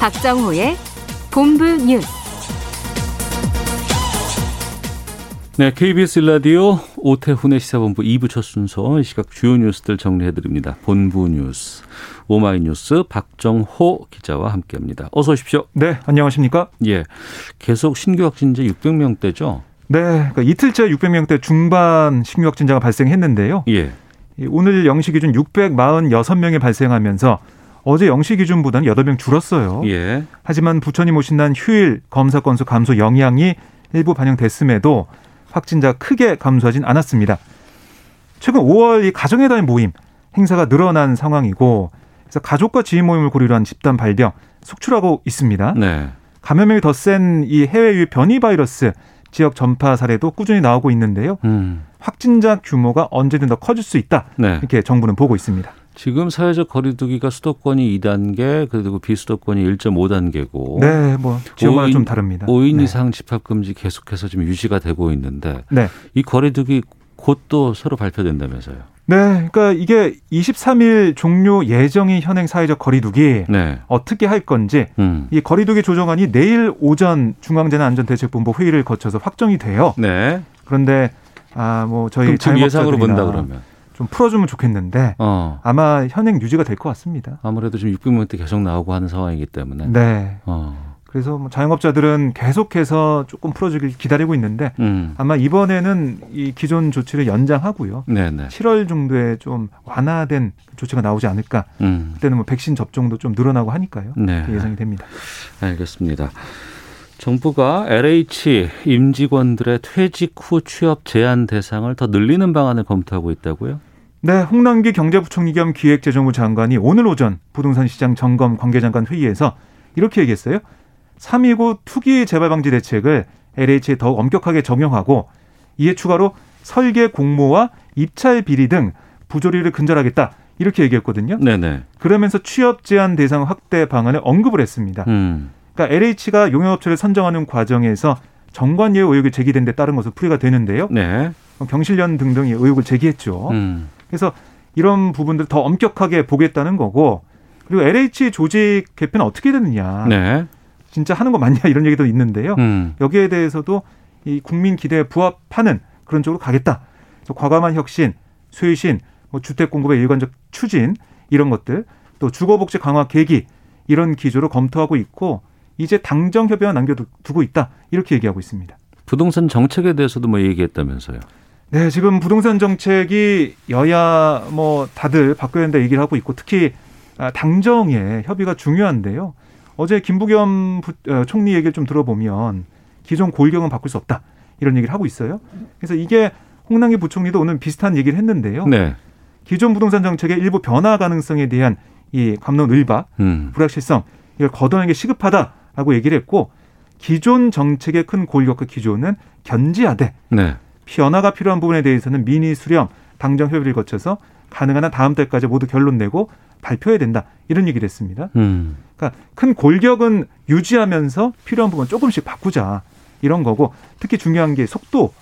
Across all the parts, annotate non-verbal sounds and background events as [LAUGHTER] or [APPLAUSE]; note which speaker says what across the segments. Speaker 1: 박정호의 본부 뉴스.
Speaker 2: 네, KBS 일라디오 오태훈의 시사본부 2부 첫 순서 이 시각 주요 뉴스들 정리해드립니다. 본부 뉴스 오마이뉴스 박정호 기자와 함께합니다. 어서 오십시오.
Speaker 3: 네, 안녕하십니까?
Speaker 2: 예, 계속 신규 확진자 600명대죠.
Speaker 3: 네, 그러니까 이틀째 600명대 중반 신규 확진자가 발생했는데요.
Speaker 2: 예,
Speaker 3: 이 오늘 0시 기준 646명이 발생하면서 어제 0시 기준보다는 8명 줄었어요.
Speaker 2: 예,
Speaker 3: 하지만 부처님 오신 날 휴일 검사 건수 감소 영향이 일부 반영됐음에도 확진자 크게 감소하진 않았습니다. 최근 5월 이 가정에 대한 모임 행사가 늘어난 상황이고 그래서 가족과 지인 모임을 고리로 한 집단 발병 속출하고 있습니다.
Speaker 2: 네,
Speaker 3: 감염력이 더 센 이 해외 유 변이 바이러스 지역 전파 사례도 꾸준히 나오고 있는데요.
Speaker 2: 음,
Speaker 3: 확진자 규모가 언제든 더 커질 수 있다.
Speaker 2: 네.
Speaker 3: 이렇게 정부는 보고 있습니다.
Speaker 2: 지금 사회적 거리두기가 수도권이 2단계, 그리고 비수도권이 1.5단계고.
Speaker 3: 네, 뭐 지역마다
Speaker 2: 오인-
Speaker 3: 좀 다릅니다.
Speaker 2: 5인
Speaker 3: 네.
Speaker 2: 이상 집합 금지 계속해서 지금 유지가 되고 있는데
Speaker 3: 네.
Speaker 2: 이 거리두기 곧 또 새로 발표된다면서요.
Speaker 3: 네, 그러니까 이게 23일 종료 예정인 현행 사회적 거리두기
Speaker 2: 네.
Speaker 3: 어떻게 할 건지
Speaker 2: 음.
Speaker 3: 이 거리두기 조정안이 내일 오전 중앙재난안전대책본부 회의를 거쳐서 확정이 돼요.
Speaker 2: 네.
Speaker 3: 그런데 아 뭐 저희
Speaker 2: 그럼 지금 예상으로
Speaker 3: 자영업자들이나
Speaker 2: 본다 그러면.
Speaker 3: 좀 풀어주면 좋겠는데
Speaker 2: 어.
Speaker 3: 아마 현행 유지가 될 것 같습니다.
Speaker 2: 아무래도 지금 600명대 계속 나오고 하는 상황이기 때문에.
Speaker 3: 네.
Speaker 2: 어.
Speaker 3: 그래서 뭐 자영업자들은 계속해서 조금 풀어주길 기다리고 있는데
Speaker 2: 음.
Speaker 3: 아마 이번에는 이 기존 조치를 연장하고요.
Speaker 2: 네, 네.
Speaker 3: 7월 정도에 좀 완화된 조치가 나오지 않을까.
Speaker 2: 음.
Speaker 3: 그때는 뭐 백신 접종도 좀 늘어나고 하니까요.
Speaker 2: 네.
Speaker 3: 예상이 됩니다.
Speaker 2: 알겠습니다. 정부가 LH 임직원들의 퇴직 후 취업 제한 대상을 더 늘리는 방안을 검토하고 있다고요?
Speaker 3: 네, 홍남기 경제부총리 겸 기획재정부 장관이 오늘 오전 부동산 시장 점검 관계장관 회의에서 이렇게 얘기했어요. 3.29 투기 재발 방지 대책을 LH에 더욱 엄격하게 적용하고 이에 추가로 설계 공모와 입찰 비리 등 부조리를 근절하겠다. 이렇게 얘기했거든요.
Speaker 2: 네, 네.
Speaker 3: 그러면서 취업 제한 대상 확대 방안을 언급을 했습니다.
Speaker 2: 음.
Speaker 3: 그러니까 LH가 용역업체를 선정하는 과정에서 정관예 의혹이 제기된 데 따른 것으로 풀이가 되는데요.
Speaker 2: 네.
Speaker 3: 경실련 등등이 의혹을 제기했죠.
Speaker 2: 음.
Speaker 3: 그래서 이런 부분들 더 엄격하게 보겠다는 거고 그리고 LH 조직 개편은 어떻게 되느냐
Speaker 2: 네.
Speaker 3: 진짜 하는 거 맞냐 이런 얘기도 있는데요
Speaker 2: 음.
Speaker 3: 여기에 대해서도 이 국민 기대에 부합하는 그런 쪽으로 가겠다 그래서 과감한 혁신 쇄신 뭐 주택 공급의 일관적 추진 이런 것들 또 주거복지 강화 계기 이런 기조로 검토하고 있고 이제 당정 협의안 남겨두고 있다 이렇게 얘기하고 있습니다.
Speaker 2: 부동산 정책에 대해서도 뭐 얘기했다면서요.
Speaker 3: 네, 지금 부동산 정책이 여야 뭐 다들 바뀌어야 된다 얘기를 하고 있고 특히 아, 당정의 협의가 중요한데요. 어제 김부겸 부, 어, 총리 얘기를 좀 들어보면 기존 골격은 바꿀 수 없다 이런 얘기를 하고 있어요. 그래서 이게 홍남기 부총리도 오늘 비슷한 얘기를 했는데요.
Speaker 2: 네.
Speaker 3: 기존 부동산 정책의 일부 변화 가능성에 대한 이 감론 을박
Speaker 2: 음.
Speaker 3: 불확실성 이걸 걷어내는 게 시급하다라고 얘기를 했고 기존 정책의 큰 골격과 기조는 견지하되
Speaker 2: 네.
Speaker 3: 변화가 필요한 부분에 대해서는 민의 수렴, 당정 협의를 거쳐서 가능한 한 다음 달까지 모두 결론 내고 발표해야 된다. 이런 얘기를 했습니다.
Speaker 2: 음.
Speaker 3: 그러니까 큰 골격은 유지하면서 필요한 부분 조금씩 바꾸자. 이런 거고 특히 중요한 게 속도.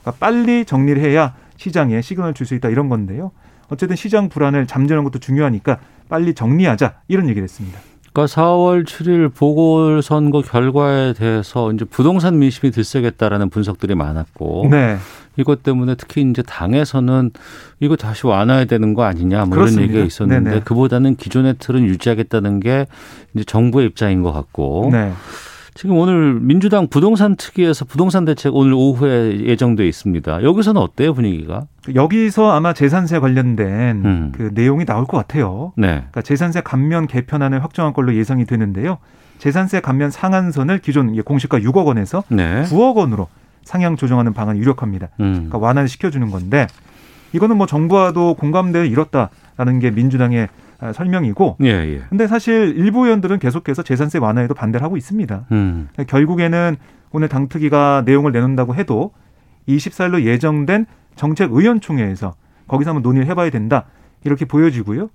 Speaker 3: 그러니까 빨리 정리를 해야 시장에 시그널 줄 수 있다 이런 건데요. 어쨌든 시장 불안을 잠재우는 것도 중요하니까 빨리 정리하자 이런 얘기를 했습니다.
Speaker 2: 그러니까 4월 7일 보궐선거 결과에 대해서 이제 부동산 민심이 들썩였다라는 분석들이 많았고
Speaker 3: 네.
Speaker 2: 이것 때문에 특히 이제 당에서는 이거 다시 완화해야 되는 거 아니냐 뭐 이런
Speaker 3: 그렇습니다.
Speaker 2: 얘기가 있었는데
Speaker 3: 네네.
Speaker 2: 그보다는 기존의 틀은 유지하겠다는 게 이제 정부의 입장인 것 같고
Speaker 3: 네.
Speaker 2: 지금 오늘 민주당 부동산 특위에서 부동산 대책 오늘 오후에 예정돼 있습니다. 여기서는 어때요 분위기가?
Speaker 3: 여기서 아마 재산세 관련된
Speaker 2: 음.
Speaker 3: 그 내용이 나올 것 같아요.
Speaker 2: 네,
Speaker 3: 그러니까 재산세 감면 개편안을 확정한 걸로 예상이 되는데요. 재산세 감면 상한선을 기존 이게 공시가 6억 원에서
Speaker 2: 네,
Speaker 3: 9억 원으로 상향 조정하는 방안이 유력합니다.
Speaker 2: 음.
Speaker 3: 그러니까 완화를 시켜주는 건데 이거는 뭐 정부와도 공감대를 이뤘다라는 게 민주당의 아, 설명이고
Speaker 2: 예, 예.
Speaker 3: 근데 사실 일부 의원들은 계속해서 재산세 완화에도 반대를 하고 있습니다.
Speaker 2: 음.
Speaker 3: 결국에는 오늘 당특위가 내용을 내놓는다고 해도 24일로 예정된 정책의원총회에서 거기서 한번 논의를 해봐야 된다 이렇게 보여지고요.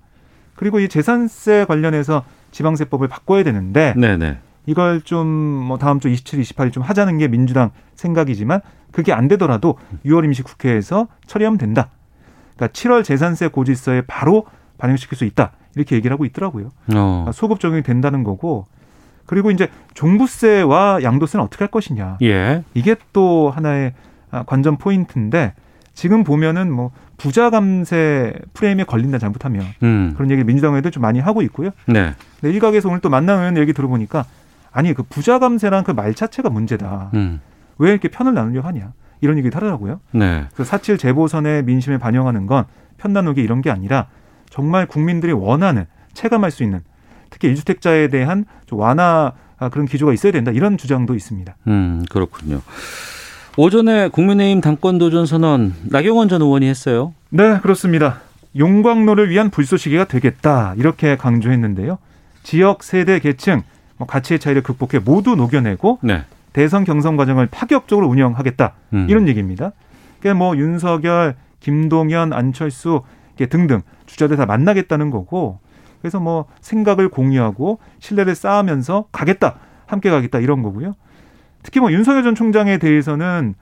Speaker 3: 그리고 이 재산세 관련해서 지방세법을 바꿔야 되는데
Speaker 2: 네, 네.
Speaker 3: 이걸 좀 뭐 다음 주 27, 28일 좀 하자는 게 민주당 생각이지만 그게 안 되더라도 6월 임시국회에서 처리하면 된다. 그러니까 7월 재산세 고지서에 바로 반영시킬 수 있다 이렇게 얘기를 하고 있더라고요.
Speaker 2: 어.
Speaker 3: 그러니까 소급 적용이 된다는 거고 그리고 이제 종부세와 양도세는 어떻게 할 것이냐
Speaker 2: 예.
Speaker 3: 이게 또 하나의 아, 관전 포인트인데 지금 보면은 뭐 부자 감세 프레임에 걸린다 잘못하면
Speaker 2: 음.
Speaker 3: 그런 얘기를 민주당에도 좀 많이 하고 있고요.
Speaker 2: 네.
Speaker 3: 근데 일각에서 오늘 또 만난 의원 얘기 들어보니까 아니 그 부자 감세란 그 말 자체가 문제다.
Speaker 2: 음.
Speaker 3: 왜 이렇게 편을 나누려고 하냐 이런 얘기를 하더라고요.
Speaker 2: 네.
Speaker 3: 그 사칠 재보선의 민심에 반영하는 건 편 나누기 이런 게 아니라 정말 국민들이 원하는 체감할 수 있는 특히 일주택자에 대한 좀 완화 아, 그런 기조가 있어야 된다 이런 주장도 있습니다.
Speaker 2: 음, 그렇군요. 오전에 국민의힘 당권 도전 선언 나경원 전 의원이 했어요.
Speaker 3: 네 그렇습니다. 용광로를 위한 불쏘시개가 되겠다 이렇게 강조했는데요. 지역 세대 계층 뭐 가치의 차이를 극복해 모두 녹여내고
Speaker 2: 네.
Speaker 3: 대선 경선 과정을 파격적으로 운영하겠다
Speaker 2: 음.
Speaker 3: 이런 얘기입니다. 그러니까 뭐 윤석열, 김동연, 안철수 이렇게 등등 주자들 다 만나겠다는 거고 그래서 뭐 생각을 공유하고 신뢰를 쌓으면서 가겠다 함께 가겠다 이런 거고요. 특히 뭐 윤석열 전 총장에 대해서는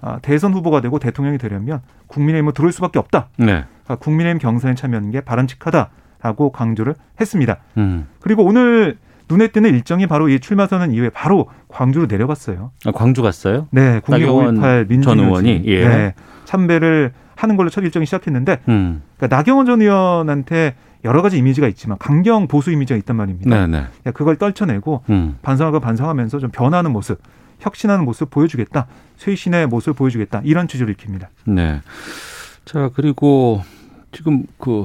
Speaker 3: 아, 대선 후보가 되고 대통령이 되려면 국민의힘으로 들어올 수밖에 없다.
Speaker 2: 네.
Speaker 3: 그러니까 국민의힘 경선에 참여하는 게 바람직하다라고 강조를 했습니다.
Speaker 2: 음.
Speaker 3: 그리고 오늘 눈에 띄는 일정이 바로 이 출마 선언 이후에 바로 광주로 내려갔어요.
Speaker 2: 아, 광주 갔어요?
Speaker 3: 네, 국민
Speaker 2: 나경원
Speaker 3: 5.18
Speaker 2: 전
Speaker 3: 민주노총
Speaker 2: 의원이, 예.
Speaker 3: 네, 참배를 하는 걸로 첫 일정이 시작했는데
Speaker 2: 음.
Speaker 3: 그러니까 나경원 전 의원한테 여러 가지 이미지가 있지만 강경 보수 이미지가 있단 말입니다.
Speaker 2: 네, 네.
Speaker 3: 그러니까 그걸 떨쳐내고
Speaker 2: 음.
Speaker 3: 반성하고 반성하면서 좀 변하는 모습, 혁신하는 모습 보여주겠다, 쇄신의 모습 보여주겠다 이런 취지를 익힙니다.
Speaker 2: 네. 자, 그리고 지금 그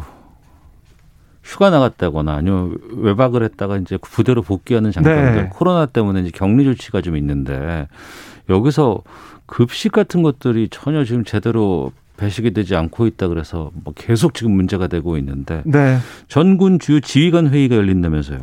Speaker 2: 휴가 나갔다거나 아니면 외박을 했다가 이제 부대로 복귀하는 장병들
Speaker 3: 네.
Speaker 2: 코로나 때문에 이제 격리 조치가 좀 있는데 여기서 급식 같은 것들이 전혀 지금 제대로 배식이 되지 않고 있다 그래서 뭐 계속 지금 문제가 되고 있는데
Speaker 3: 네,
Speaker 2: 전군 주요 지휘관 회의가 열린다면서요.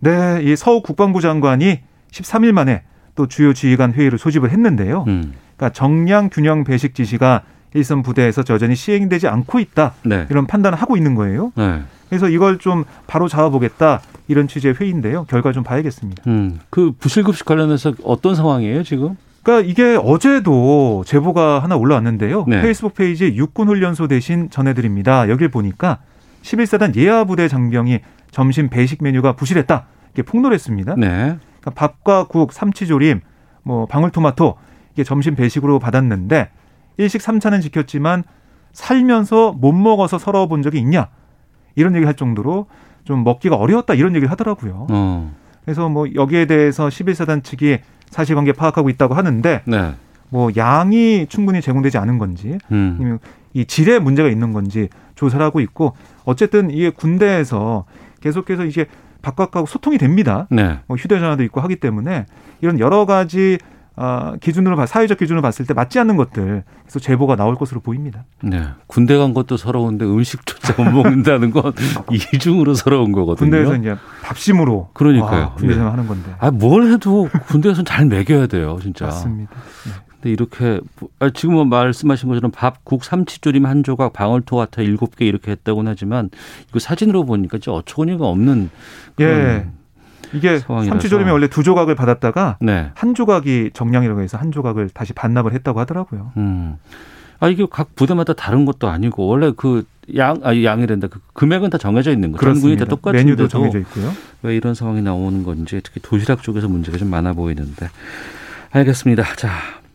Speaker 3: 네, 이 서욱 국방부 장관이 13일 만에 또 주요 지휘관 회의를 소집을 했는데요.
Speaker 2: 음.
Speaker 3: 그러니까 정량 균형 배식 지시가 일선 부대에서 여전히 시행되지 않고 있다
Speaker 2: 네.
Speaker 3: 이런 판단을 하고 있는 거예요.
Speaker 2: 네.
Speaker 3: 그래서 이걸 좀 바로 잡아보겠다 이런 취지의 회의인데요. 결과 좀 봐야겠습니다.
Speaker 2: 음. 그 부실급식 관련해서 어떤 상황이에요, 지금?
Speaker 3: 그러니까 이게 어제도 제보가 하나 올라왔는데요.
Speaker 2: 네.
Speaker 3: 페이스북 페이지에 육군훈련소 대신 전해드립니다. 여길 보니까 11사단 예하부대 장병이 점심 배식 메뉴가 부실했다 이렇게 폭로를 했습니다.
Speaker 2: 네.
Speaker 3: 그러니까 밥과 국, 삼치조림, 뭐 방울토마토 이게 점심 배식으로 받았는데 일식 삼차는 지켰지만 살면서 못 먹어서 서러워본 적이 있냐 이런 얘기를 할 정도로 좀 먹기가 어려웠다 이런 얘기를 하더라고요.
Speaker 2: 어.
Speaker 3: 그래서 뭐 여기에 대해서 11사단 측이 사실관계 파악하고 있다고 하는데
Speaker 2: 네.
Speaker 3: 뭐 양이 충분히 제공되지 않은 건지
Speaker 2: 음.
Speaker 3: 아니면 이 질에 문제가 있는 건지 조사를 하고 있고 어쨌든 이게 군대에서 계속해서 이제 바깥하고 소통이 됩니다.
Speaker 2: 네.
Speaker 3: 뭐 휴대전화도 있고 하기 때문에 이런 여러 가지 아, 기준으로 봐- 사회적 기준으로 봤을 때 맞지 않는 것들 그래서 제보가 나올 것으로 보입니다.
Speaker 2: 네. 군대 간 것도 [LAUGHS] 서러운데 음식조차 못 먹는다는 건 [LAUGHS] 이중으로 서러운 거거든요.
Speaker 3: 군대에서 이제 밥심으로
Speaker 2: 그러니까요.
Speaker 3: 와, 군대에서 하는 건데
Speaker 2: 아, 뭘 해도 군대에서는 잘 먹여야 돼요, 진짜.
Speaker 3: 맞습니다.
Speaker 2: 근데 이렇게, 뭐- 아, 지금 말씀하신 것처럼 밥, 국, 삼치조림 한 조각, 방울토마토 일곱 개 이렇게 했다고는 하지만 이거 사진으로 보니까 진짜 어처구니가 없는.
Speaker 3: 예,
Speaker 2: 그런-
Speaker 3: 이게
Speaker 2: 상황이라서.
Speaker 3: 삼치조림이 원래 두 조각을 받았다가
Speaker 2: 네.
Speaker 3: 한 조각이 정량이라고 해서 한 조각을 다시 반납을 했다고 하더라고요.
Speaker 2: 음. 아, 이게 각 부대마다 다른 것도 아니고 원래 그 양, 아, 양이 된다. 그 금액은 다 정해져 있는 거죠. 전군이 다
Speaker 3: 그렇습니다.
Speaker 2: 똑같은데도.
Speaker 3: 메뉴도 정해져 있고요.
Speaker 2: 왜 이런 상황이 나오는 건지 특히 도시락 쪽에서 문제가 좀 많아 보이는데 알겠습니다. 자,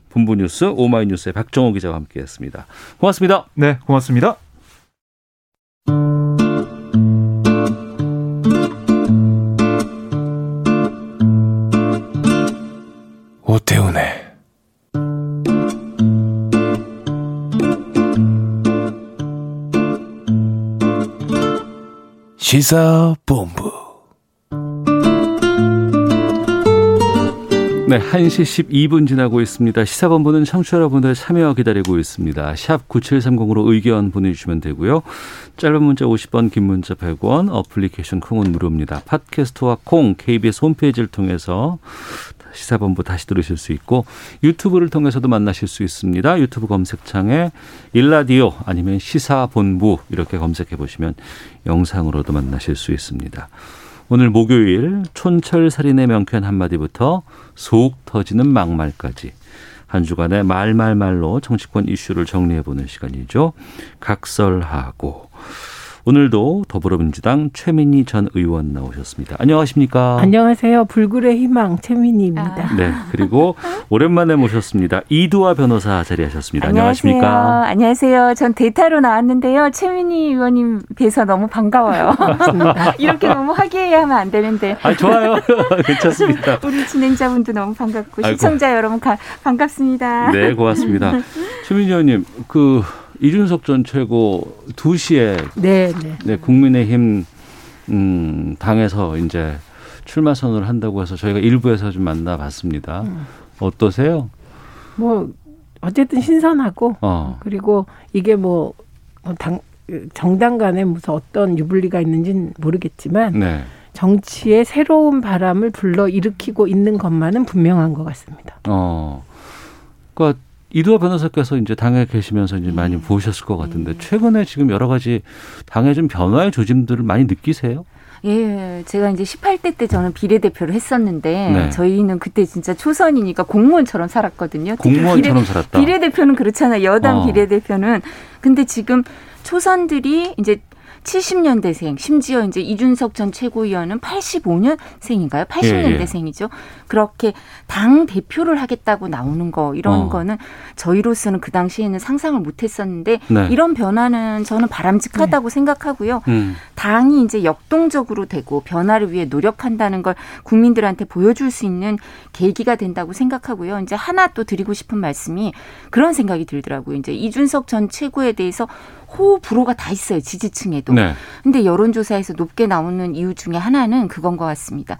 Speaker 2: 본부 뉴스 오마이뉴스의 박정호 기자와 함께했습니다. 고맙습니다.
Speaker 3: 네, 고맙습니다.
Speaker 4: 오태훈의 시사본부
Speaker 2: 네, 1시 12분 지나고 있습니다. 시사본부는 청취자 여러분들의 참여 기다리고 있습니다. 샵 9730으로 의견 보내주시면 되고요. 짧은 문자 50원, 긴 문자 100원, 어플리케이션 콩은 무료입니다. 팟캐스트와 콩, KBS 홈페이지를 통해서 시사본부 다시 들으실 수 있고 유튜브를 통해서도 만나실 수 있습니다. 유튜브 검색창에 일라디오 아니면 시사본부 이렇게 검색해 보시면 영상으로도 만나실 수 있습니다. 오늘 목요일 촌철살인의 명쾌한 한마디부터 속 터지는 막말까지 한 주간의 말말말로 정치권 이슈를 정리해보는 시간이죠. 각설하고 오늘도 더불어민주당 최민희 전 의원 나오셨습니다. 안녕하십니까?
Speaker 5: 안녕하세요. 불굴의 희망 최민희입니다.
Speaker 2: 네, 그리고 오랜만에 모셨습니다. 이두아 변호사 자리하셨습니다. 안녕하십니까?
Speaker 6: 안녕하세요. 전 데이터로 나왔는데요. 최민희 의원님 비해서 너무
Speaker 2: [LAUGHS]
Speaker 6: 반가워요. 이렇게 너무 화기애애하면 안 되는데.
Speaker 2: 아, 좋아요.
Speaker 6: [LAUGHS]
Speaker 2: 괜찮습니다.
Speaker 6: 우리 진행자분도 너무 반갑고
Speaker 2: 아이고.
Speaker 6: 시청자 여러분 가- 반갑습니다.
Speaker 2: 네, 고맙습니다. 최민희 의원님, 그 이준석 전 최고 2시에
Speaker 5: 네, 네.
Speaker 2: 네, 국민의힘 음, 당에서 이제 출마 선언을 한다고 해서 저희가 일부에서 좀 만나봤습니다.
Speaker 6: 음.
Speaker 2: 어떠세요?
Speaker 5: 뭐 어쨌든 신선하고
Speaker 2: 어.
Speaker 5: 그리고 이게 뭐 당 정당 간에 무슨 어떤 유불리가 있는지는 모르겠지만
Speaker 2: 네.
Speaker 5: 정치의 새로운 바람을 불러 일으키고 있는 것만은 분명한 것 같습니다.
Speaker 2: 어. 그러니까 이두아 변호사께서 이제 당에 계시면서 이제
Speaker 6: 음.
Speaker 2: 많이 보셨을 것 같은데 최근에 지금 여러 가지 당의 좀 변화의 조짐들을 많이 느끼세요?
Speaker 6: 예, 제가 이제 18대 때 저는 비례대표를 했었는데
Speaker 2: 네.
Speaker 6: 저희는 그때 진짜 초선이니까 공무원처럼 살았거든요. 특히
Speaker 2: 공무원처럼 살았다.
Speaker 6: 비례대표는 그렇잖아요. 여당
Speaker 2: 어.
Speaker 6: 비례대표는. 근데 지금 초선들이 이제 70년대생, 심지어 이제 이준석 전 최고위원은 85년생인가요? 80년대생이죠.
Speaker 2: 예,
Speaker 6: 그렇게 당 대표를 하겠다고 나오는 거 이런
Speaker 2: 어.
Speaker 6: 거는 저희로서는 그 당시에는 상상을 못 했었는데
Speaker 2: 네.
Speaker 6: 이런 변화는 저는 바람직하다고 생각하고요.
Speaker 2: 음.
Speaker 6: 당이 이제 역동적으로 되고 변화를 위해 노력한다는 걸 국민들한테 보여줄 수 있는 계기가 된다고 생각하고요. 이제 하나 또 드리고 싶은 말씀이 그런 생각이 들더라고요. 이제 이준석 전 최고에 대해서 호불호가 다 있어요. 지지층에도.
Speaker 2: 네.
Speaker 6: 근데 여론조사에서 높게 나오는 이유 중에 하나는 그건 것 같습니다.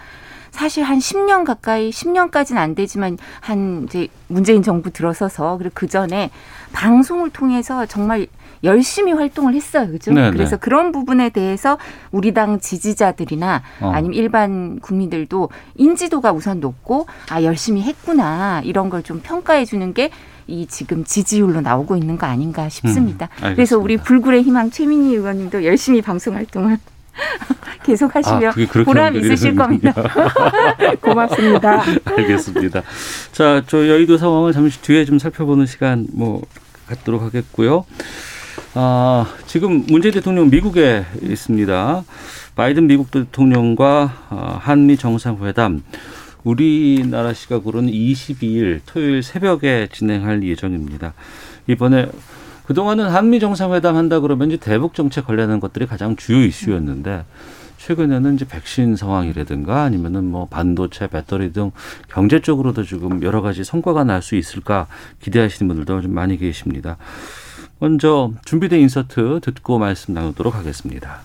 Speaker 6: 사실 한 10년 가까이, 10년까지는 안 되지만 한 이제 문재인 정부 들어서서 그리고 그 전에 방송을 통해서 정말 열심히 활동을 했어요. 그죠?
Speaker 2: 네,
Speaker 6: 그래서
Speaker 2: 네.
Speaker 6: 그런 부분에 대해서 우리 당 지지자들이나
Speaker 2: 어.
Speaker 6: 아니면 일반 국민들도 인지도가 우선 높고 아 열심히 했구나 이런 걸 좀 평가해 주는 게 이 지금 지지율로 나오고 있는 거 아닌가 싶습니다.
Speaker 2: 음, 알겠습니다.
Speaker 6: 그래서 우리 불굴의 희망 최민희 의원님도 열심히 방송 활동을 [LAUGHS] 계속 하시며
Speaker 2: 아, 그게 그렇게
Speaker 6: 보람
Speaker 2: 연결이
Speaker 6: 있으실
Speaker 2: 되는군요. [LAUGHS]
Speaker 6: 겁니다. [LAUGHS]
Speaker 5: 고맙습니다.
Speaker 2: 알겠습니다. 자, 저 여의도 상황을 잠시 뒤에 좀 살펴보는 시간 뭐 갖도록 하겠고요. 아, 지금 문재인 대통령 미국에 있습니다. 바이든 미국 대통령과 아, 한미 정상회담 우리나라 시각으로는 22일 토요일 새벽에 진행할 예정입니다. 이번에 그동안은 한미 정상회담 한다 그러면 이제 대북 정책 관련한 것들이 가장 주요 이슈였는데 최근에는 이제 백신 상황이라든가 아니면은 뭐 반도체, 배터리 등 경제 쪽으로도 지금 여러 가지 성과가 날 수 있을까 기대하시는 분들도 좀 많이 계십니다. 먼저 준비된 인서트 듣고 말씀 나누도록 하겠습니다.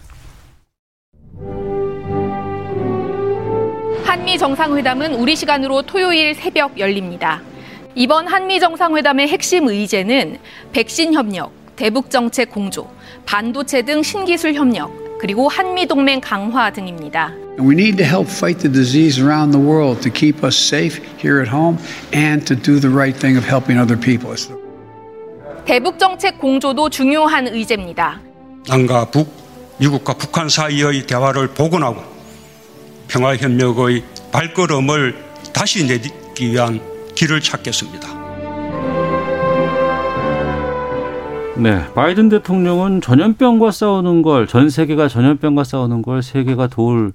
Speaker 7: 한미 정상회담은 우리 시간으로 토요일 새벽 열립니다. 이번 한미 정상회담의 핵심 의제는 백신 협력, 대북 정책 공조, 반도체 등 신기술 협력, 그리고 한미 동맹 강화 등입니다.
Speaker 8: And we need to help fight the disease around the world to keep us safe here at home and to do the right thing of helping other people. It's the
Speaker 7: 대북 정책 공조도 중요한 의제입니다.
Speaker 9: 남과 북, 미국과 북한 사이의 대화를 복원하고 평화협력의 발걸음을 다시 내딛기 위한 길을 찾겠습니다.
Speaker 2: 네, 바이든 대통령은 전염병과 싸우는 걸 전 세계가 전염병과 싸우는 걸 세계가 도울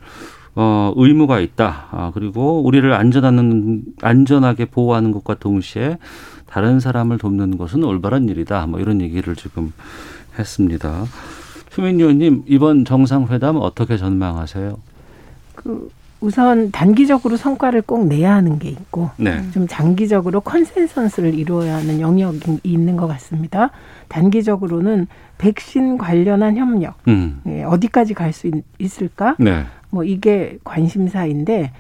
Speaker 2: 어, 의무가 있다. 아, 그리고 우리를 안전하는 안전하게 보호하는 것과 동시에 다른 사람을 돕는 것은 올바른 일이다. 뭐 이런 얘기를 지금 했습니다. 최민 의원님 이번 정상회담 어떻게 전망하세요?
Speaker 5: 그 우선 단기적으로 성과를 꼭 내야 하는 게 있고
Speaker 2: 네,
Speaker 5: 좀 장기적으로 컨센서스를 이루어야 하는 영역이 있는 것 같습니다. 단기적으로는 백신 관련한 협력
Speaker 2: 음,
Speaker 5: 예, 어디까지 갈 수 있을까?
Speaker 2: 네,
Speaker 5: 뭐 이게 관심사인데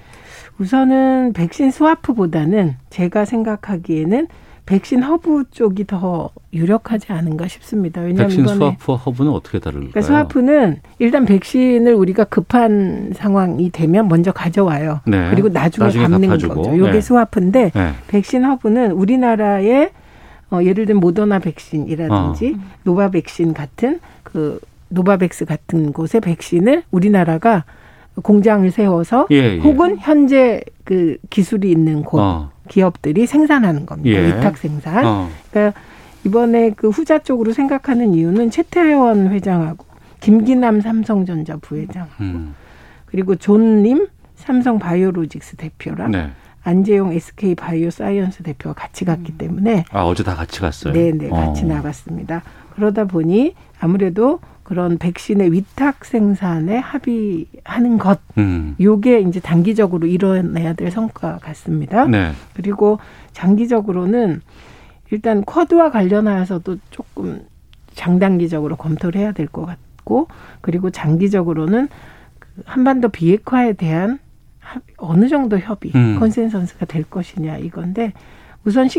Speaker 5: 우선은 백신 스와프보다는 제가 생각하기에는 백신 허브 쪽이 더 유력하지 않은가 싶습니다. 왜냐하면
Speaker 2: 백신
Speaker 5: 이번에
Speaker 2: 스와프와 허브는 어떻게 다를까요?
Speaker 5: 그러니까 스와프는 일단 백신을 우리가 급한 상황이 되면 먼저 가져와요.
Speaker 2: 네.
Speaker 5: 그리고 나중에,
Speaker 2: 나중에
Speaker 5: 갚는
Speaker 2: 갚아주고.
Speaker 5: 거죠. 요게
Speaker 2: 네.
Speaker 5: 스와프인데
Speaker 2: 네.
Speaker 5: 백신 허브는 우리나라의 어, 예를 들면 모더나 백신이라든지
Speaker 2: 어.
Speaker 5: 노바 백신 같은 그 노바백스 같은 곳의 백신을 우리나라가 공장을 세워서
Speaker 2: 예, 예.
Speaker 5: 혹은 현재 그 기술이 있는 곳
Speaker 2: 어.
Speaker 5: 기업들이 생산하는 겁니다.
Speaker 2: 예.
Speaker 5: 위탁 생산.
Speaker 2: 어.
Speaker 5: 그러니까 이번에 그 후자 쪽으로 생각하는 이유는 최태원 회장하고 김기남 삼성전자 부회장
Speaker 2: 음.
Speaker 5: 그리고 존님 삼성 바이오로직스 대표랑
Speaker 2: 네.
Speaker 5: 안재용 SK 바이오사이언스 대표가 같이 갔기 때문에
Speaker 2: 아 어제 다 같이 갔어요.
Speaker 5: 네, 네, 같이
Speaker 2: 어.
Speaker 5: 나갔습니다. 그러다 보니 아무래도 그런 백신의 위탁 생산에 합의하는 것,
Speaker 2: 음.
Speaker 5: 요게 이제 단기적으로 이뤄내야 될 성과 같습니다.
Speaker 2: 네.
Speaker 5: 그리고 장기적으로는 일단 쿼드와 관련하여서도 조금 장단기적으로 검토를 해야 될 것 같고, 그리고 장기적으로는 그 한반도 비핵화에 대한 합- 어느 정도 협의,
Speaker 2: 음.
Speaker 5: 컨센서스가 될 것이냐 이건데, 우선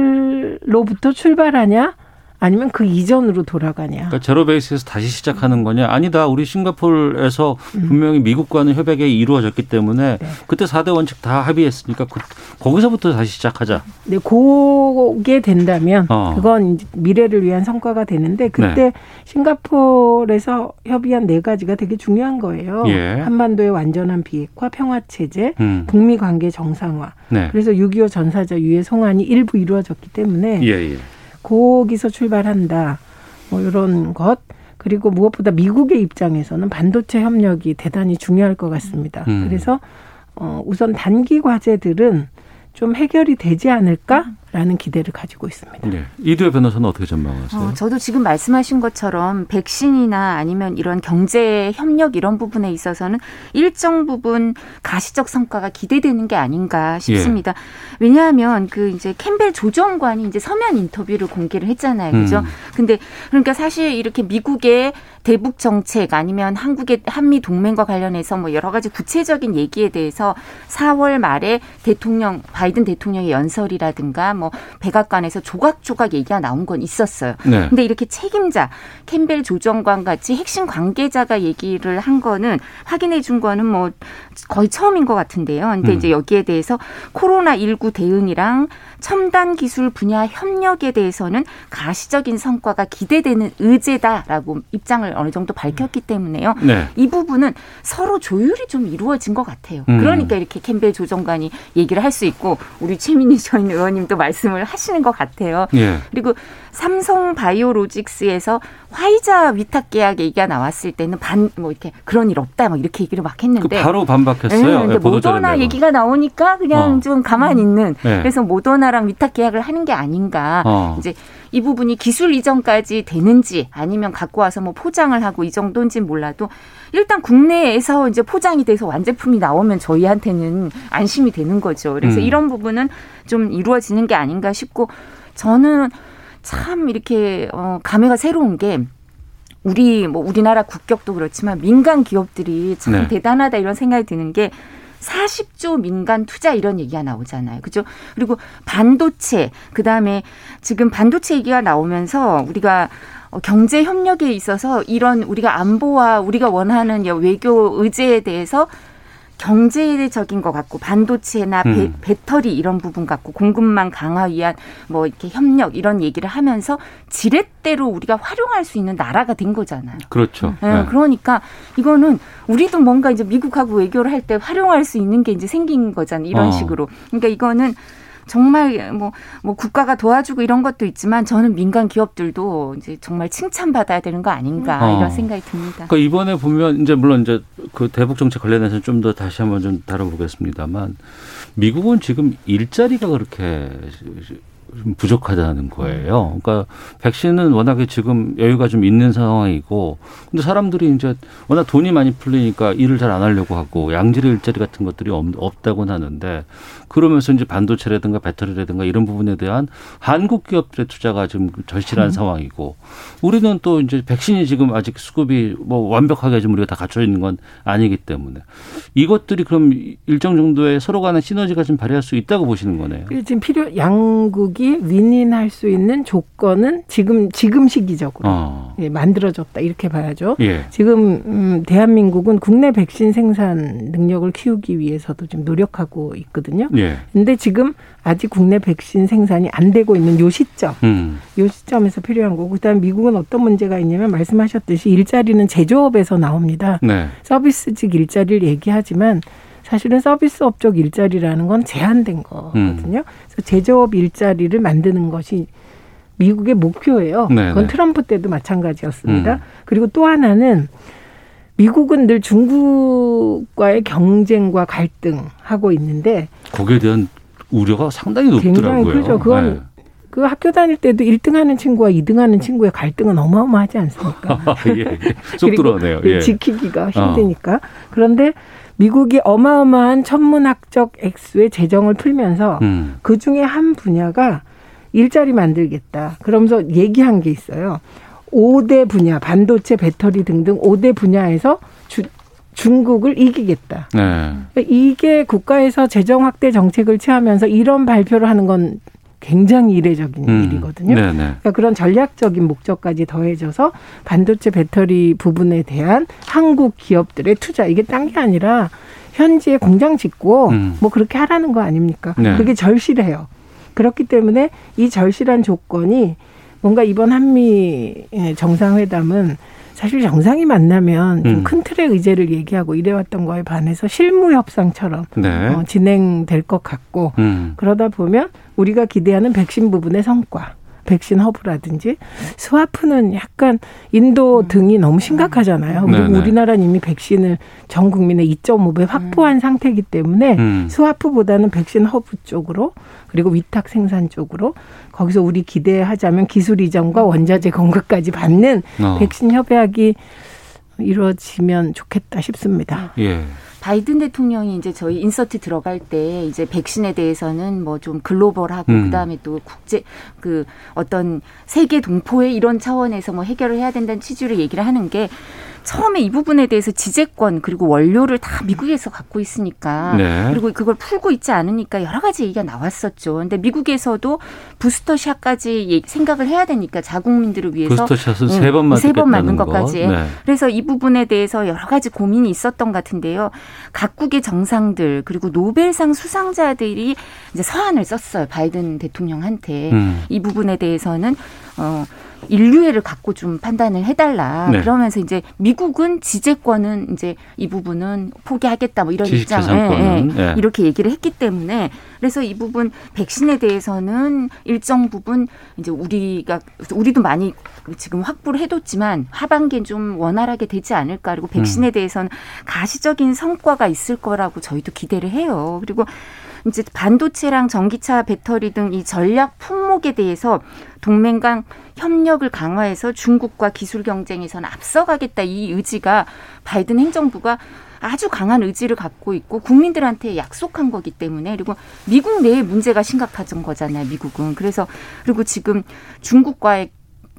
Speaker 5: 싱가폴로부터 출발하냐, 아니면 그 이전으로 돌아가냐.
Speaker 2: 그러니까 제로 베이스에서 다시 시작하는 거냐? 아니다. 우리 싱가포르에서
Speaker 5: 음.
Speaker 2: 분명히 미국과는 협약이 이루어졌기 때문에
Speaker 5: 네.
Speaker 2: 그때 4대 원칙 다 합의했으니까 그, 거기서부터 다시 시작하자.
Speaker 5: 근데 그게 네, 된다면
Speaker 2: 어. 네.
Speaker 5: 그건 이제 미래를 위한 성과가 되는데 그때 싱가포르에서 협의한 네 가지가 되게 중요한 거예요.
Speaker 2: 예.
Speaker 5: 한반도의 완전한 비핵화, 평화 체제,
Speaker 2: 음.
Speaker 5: 북미 관계 정상화.
Speaker 2: 네.
Speaker 5: 그래서 6.25 전사자 유해 송환이 일부 이루어졌기 때문에
Speaker 2: 예, 예.
Speaker 5: 거기서 출발한다. 뭐 이런 것. 그리고 무엇보다 미국의 입장에서는 반도체 협력이 대단히 중요할 것 같습니다.
Speaker 2: 음.
Speaker 5: 그래서 어, 우선 단기 과제들은 좀 해결이 되지 않을까라는 기대를 가지고 있습니다.
Speaker 2: 예. 이두혜 변호사는 어떻게 전망하세요?
Speaker 6: 어, 저도 지금 말씀하신 것처럼 백신이나 아니면 이런 경제 협력 이런 부분에 있어서는 일정 부분 가시적 성과가 기대되는 게 아닌가
Speaker 2: 예.
Speaker 6: 싶습니다. 왜냐하면 그 이제 캠벨 조정관이 이제 서면 인터뷰를 공개를 했잖아요. 그죠?
Speaker 2: 음.
Speaker 6: 근데 그러니까 사실 이렇게 미국의 대북 정책 아니면 한국의 한미 동맹과 관련해서 뭐 여러 가지 구체적인 얘기에 대해서 4월 말에 대통령 바이든 대통령의 연설이라든가 뭐 백악관에서 조각조각 얘기가 나온 건 있었어요.
Speaker 2: 네.
Speaker 6: 근데 이렇게 책임자 캠벨 조정관 같이 핵심 관계자가 얘기를 한 거는 확인해 준 거는 뭐 거의 처음인 것 같은데요. 근데
Speaker 2: 음.
Speaker 6: 이제 여기에 대해서 코로나 19 대응이랑 첨단 기술 분야 협력에 대해서는 가시적인 성과가 기대되는 의제다라고 입장을 어느 정도 밝혔기 때문에요.
Speaker 2: 네.
Speaker 6: 이 부분은 서로 조율이 좀 이루어진 것 같아요.
Speaker 2: 음.
Speaker 6: 그러니까 이렇게 캠벨 조정관이 얘기를 할 수 있고 우리 최민희 전 의원님도 말씀을 하시는 것 같아요.
Speaker 2: 예.
Speaker 6: 그리고 삼성 바이오로직스에서 화이자 위탁 계약 얘기가 나왔을 때는 반 뭐 이렇게 그런 일 없다 막 이렇게 얘기를 막
Speaker 2: 그
Speaker 6: 했는데
Speaker 2: 바로
Speaker 6: 예,
Speaker 2: 반박했어요.
Speaker 6: 근데
Speaker 2: 예, 보도자료
Speaker 6: 모더나
Speaker 2: 내고.
Speaker 6: 얘기가 나오니까 그냥
Speaker 2: 어.
Speaker 6: 좀 가만히 있는
Speaker 2: 예.
Speaker 6: 그래서 모더나랑 위탁 계약을 하는 게 아닌가
Speaker 2: 어.
Speaker 6: 이제 이 부분이 기술 이전까지 되는지 아니면 갖고 와서 뭐 포장을 하고 이 정도인지 몰라도 일단 국내에서 이제 포장이 돼서 완제품이 나오면 저희한테는 안심이 되는 거죠. 그래서
Speaker 2: 음.
Speaker 6: 이런 부분은 좀 이루어지는 게 아닌가 싶고 저는 참 이렇게 어 감회가 새로운 게 우리 뭐 우리나라 국격도 그렇지만 민간 기업들이 참
Speaker 2: 네.
Speaker 6: 대단하다 이런 생각이 드는 게 40조 민간 투자 이런 얘기가 나오잖아요. 그죠? 그리고 반도체, 그 다음에 지금 반도체 얘기가 나오면서 우리가 어, 경제 협력에 있어서 이런 우리가 안보와 우리가 원하는 여- 외교 의제에 대해서 경제적인 것 같고 반도체나 배,
Speaker 2: 음.
Speaker 6: 배터리 이런 부분 같고 공급망 강화 위한 뭐 이렇게 협력 이런 얘기를 하면서 지렛대로 우리가 활용할 수 있는 나라가 된 거잖아요.
Speaker 2: 그렇죠.
Speaker 5: 음,
Speaker 6: 예,
Speaker 2: 예.
Speaker 6: 그러니까 이거는 우리도 뭔가 이제 미국하고 외교를 할 때 활용할 수 있는 게 이제 생긴 거잖아요. 이런
Speaker 2: 어.
Speaker 6: 식으로. 그러니까 이거는 정말 뭐, 뭐 국가가 도와주고 이런 것도 있지만 저는 민간 기업들도 이제 정말 칭찬받아야 되는 거 아닌가
Speaker 2: 어.
Speaker 6: 이런 생각이 듭니다.
Speaker 2: 그러니까 이번에 보면 이제 물론 이제 그 대북 정책 관련해서 는 좀 더 다시 한번 좀 다뤄보겠습니다만 미국은 지금 일자리가 그렇게 좀 부족하다는 거예요.
Speaker 6: 음.
Speaker 2: 그러니까 백신은 워낙에 지금 여유가 좀 있는 상황이고, 근데 사람들이 이제 워낙 돈이 많이 풀리니까 일을 잘 안 하려고 하고 양질 일자리 같은 것들이 없, 없다고 하는데 그러면서 이제 반도체라든가 배터리라든가 이런 부분에 대한 한국 기업들의 투자가 지금 절실한 음. 상황이고 우리는 또 이제 백신이 지금 아직 수급이 뭐 완벽하게 지금 우리가 다 갖춰 있는 건 아니기 때문에 이것들이 그럼 일정 정도의 서로 간의 시너지가 좀 발휘할 수 있다고 보시는 거네요.
Speaker 5: 지금 필요 양국이 윈윈할 수 있는 조건은 지금 지금 시기적으로 어. 예, 만들어졌다 이렇게 봐야죠. 예. 지금 음, 대한민국은 국내 백신 생산 능력을 키우기 위해서도 지금 노력하고 있거든요. 예. 근데 지금 아직 국내 백신 생산이 안 되고 있는 요 시점, 음. 요 시점에서 필요한 거고 그다음 미국은 어떤 문제가 있냐면 말씀하셨듯이 일자리는 제조업에서 나옵니다. 네. 서비스직 일자리를 얘기하지만 사실은 서비스업 쪽 일자리라는 건 제한된 거거든요. 음. 그래서 제조업 일자리를 만드는 것이 미국의 목표예요. 네네. 그건 트럼프 때도 마찬가지였습니다. 음. 그리고 또 하나는 미국은 늘 중국과의 경쟁과 갈등하고 있는데
Speaker 2: 거기에 대한 우려가 상당히 높더라고요.
Speaker 5: 굉장히 크죠. 그건 네. 그 학교 다닐 때도 1등 하는 친구와 2등 하는 친구의 갈등은 어마어마하지 않습니까?
Speaker 2: 예, 예. [LAUGHS] 쏙 들어오네요.
Speaker 5: 그
Speaker 2: 예.
Speaker 5: 지키기가 힘드니까. 어. 그런데 미국이 어마어마한 천문학적 액수의 재정을 풀면서 음. 그 중에 한 분야가 일자리 만들겠다. 그러면서 얘기한 게 있어요. 5대 분야, 반도체, 배터리 등등 5대 분야에서 주, 중국을 이기겠다. 네. 이게 국가에서 재정 확대 정책을 취하면서 이런 발표를 하는 건 굉장히 이례적인 음. 일이거든요. 네네. 그러니까 그런 전략적인 목적까지 더해져서 반도체 배터리 부분에 대한 한국 기업들의 투자 이게 딴 게 아니라 현지에 공장 짓고 음. 뭐 그렇게 하라는 거 아닙니까? 네. 그게 절실해요. 그렇기 때문에 이 절실한 조건이 뭔가 이번 한미 정상회담은 사실 정상이 만나면 음. 큰 틀의 의제를 얘기하고 이래왔던 거에 반해서 실무 협상처럼 네. 어, 진행될 것 같고 음. 그러다 보면 우리가 기대하는 백신 부분의 성과 백신 허브라든지 스와프는 약간 인도 등이 너무 심각하잖아요. 그리고 음. 네네. 우리나라는 이미 백신을 전 국민의 2.5배 확보한 음. 상태이기 때문에 [LAUGHS] 음. 스와프보다는 백신 허브 쪽으로 그리고 위탁 생산 쪽으로 거기서 우리 기대하자면 기술 이전과 원자재 공급까지 받는 어. 백신 협약이 이루어지면 좋겠다 싶습니다.
Speaker 2: 예.
Speaker 6: 바이든 대통령이 이제 저희 인서트 들어갈 때 이제 백신에 대해서는 뭐 좀 글로벌하고 음. 그다음에 또 국제 그 어떤 세계 동포의 이런 차원에서 뭐 해결을 해야 된다는 취지로 얘기를 하는 게 처음에 이 부분에 대해서 지재권 그리고 원료를 다 미국에서 갖고 있으니까 네. 그리고 그걸 풀고 있지 않으니까 여러 가지 얘기가 나왔었죠. 근데 미국에서도 부스터샷까지 예, 생각을 해야 되니까 자국민들을 위해서
Speaker 2: 부스터샷은 응, 세번 맞는
Speaker 6: 세번 맞는 것까지. 네. 그래서 이 부분에 대해서 여러 가지 고민이 있었던 같은데요. 각국의 정상들 그리고 노벨상 수상자들이 이제 서한을 썼어요. 바이든 대통령한테 음. 이 부분에 대해서는 어 인류애를 갖고 좀 판단을 해달라. 네. 그러면서 이제 미국은 지재권은 이제 이 부분은 포기하겠다 뭐 이런 입장을 예, 예. 이렇게 얘기를 했기 때문에 그래서 이 부분 백신에 대해서는 일정 부분 이제 우리가 우리도 많이 지금 확보를 해뒀지만 하반기엔 좀 원활하게 되지 않을까 그리고 백신에 음. 대해서는 가시적인 성과가 있을 거라고 저희도 기대를 해요. 그리고 이제 반도체랑 전기차 배터리 등 이 전략 품목에 대해서 동맹 간 협력을 강화해서 중국과 기술 경쟁에선 앞서가겠다 이 의지가 바이든 행정부가 아주 강한 의지를 갖고 있고 국민들한테 약속한 거기 때문에 그리고 미국 내에 문제가 심각하던 거잖아요 미국은 그래서 그리고 지금 중국과의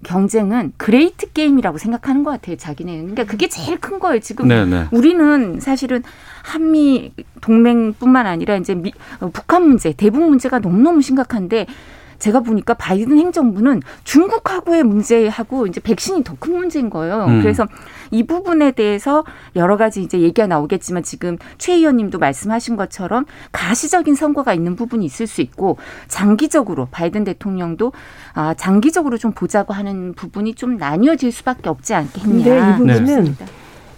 Speaker 6: 경쟁은 그레이트 게임이라고 생각하는 것 같아요 자기네는 그러니까 그게 제일 큰 거예요 지금 네네. 우리는 사실은 한미 동맹뿐만 아니라 이제 미, 어, 북한 문제 대북 문제가 너무너무 심각한데 제가 보니까 바이든 행정부는 중국하고의 문제하고 이제 백신이 더 큰 문제인 거예요. 음. 그래서 이 부분에 대해서 여러 가지 이제 얘기가 나오겠지만 지금 최 의원님도 말씀하신 것처럼 가시적인 선거가 있는 부분이 있을 수 있고 장기적으로 바이든 대통령도 아 장기적으로 좀 보자고 하는 부분이 좀 나뉘어질 수밖에 없지 않겠냐.
Speaker 5: 근데 이 부분은 음. 네.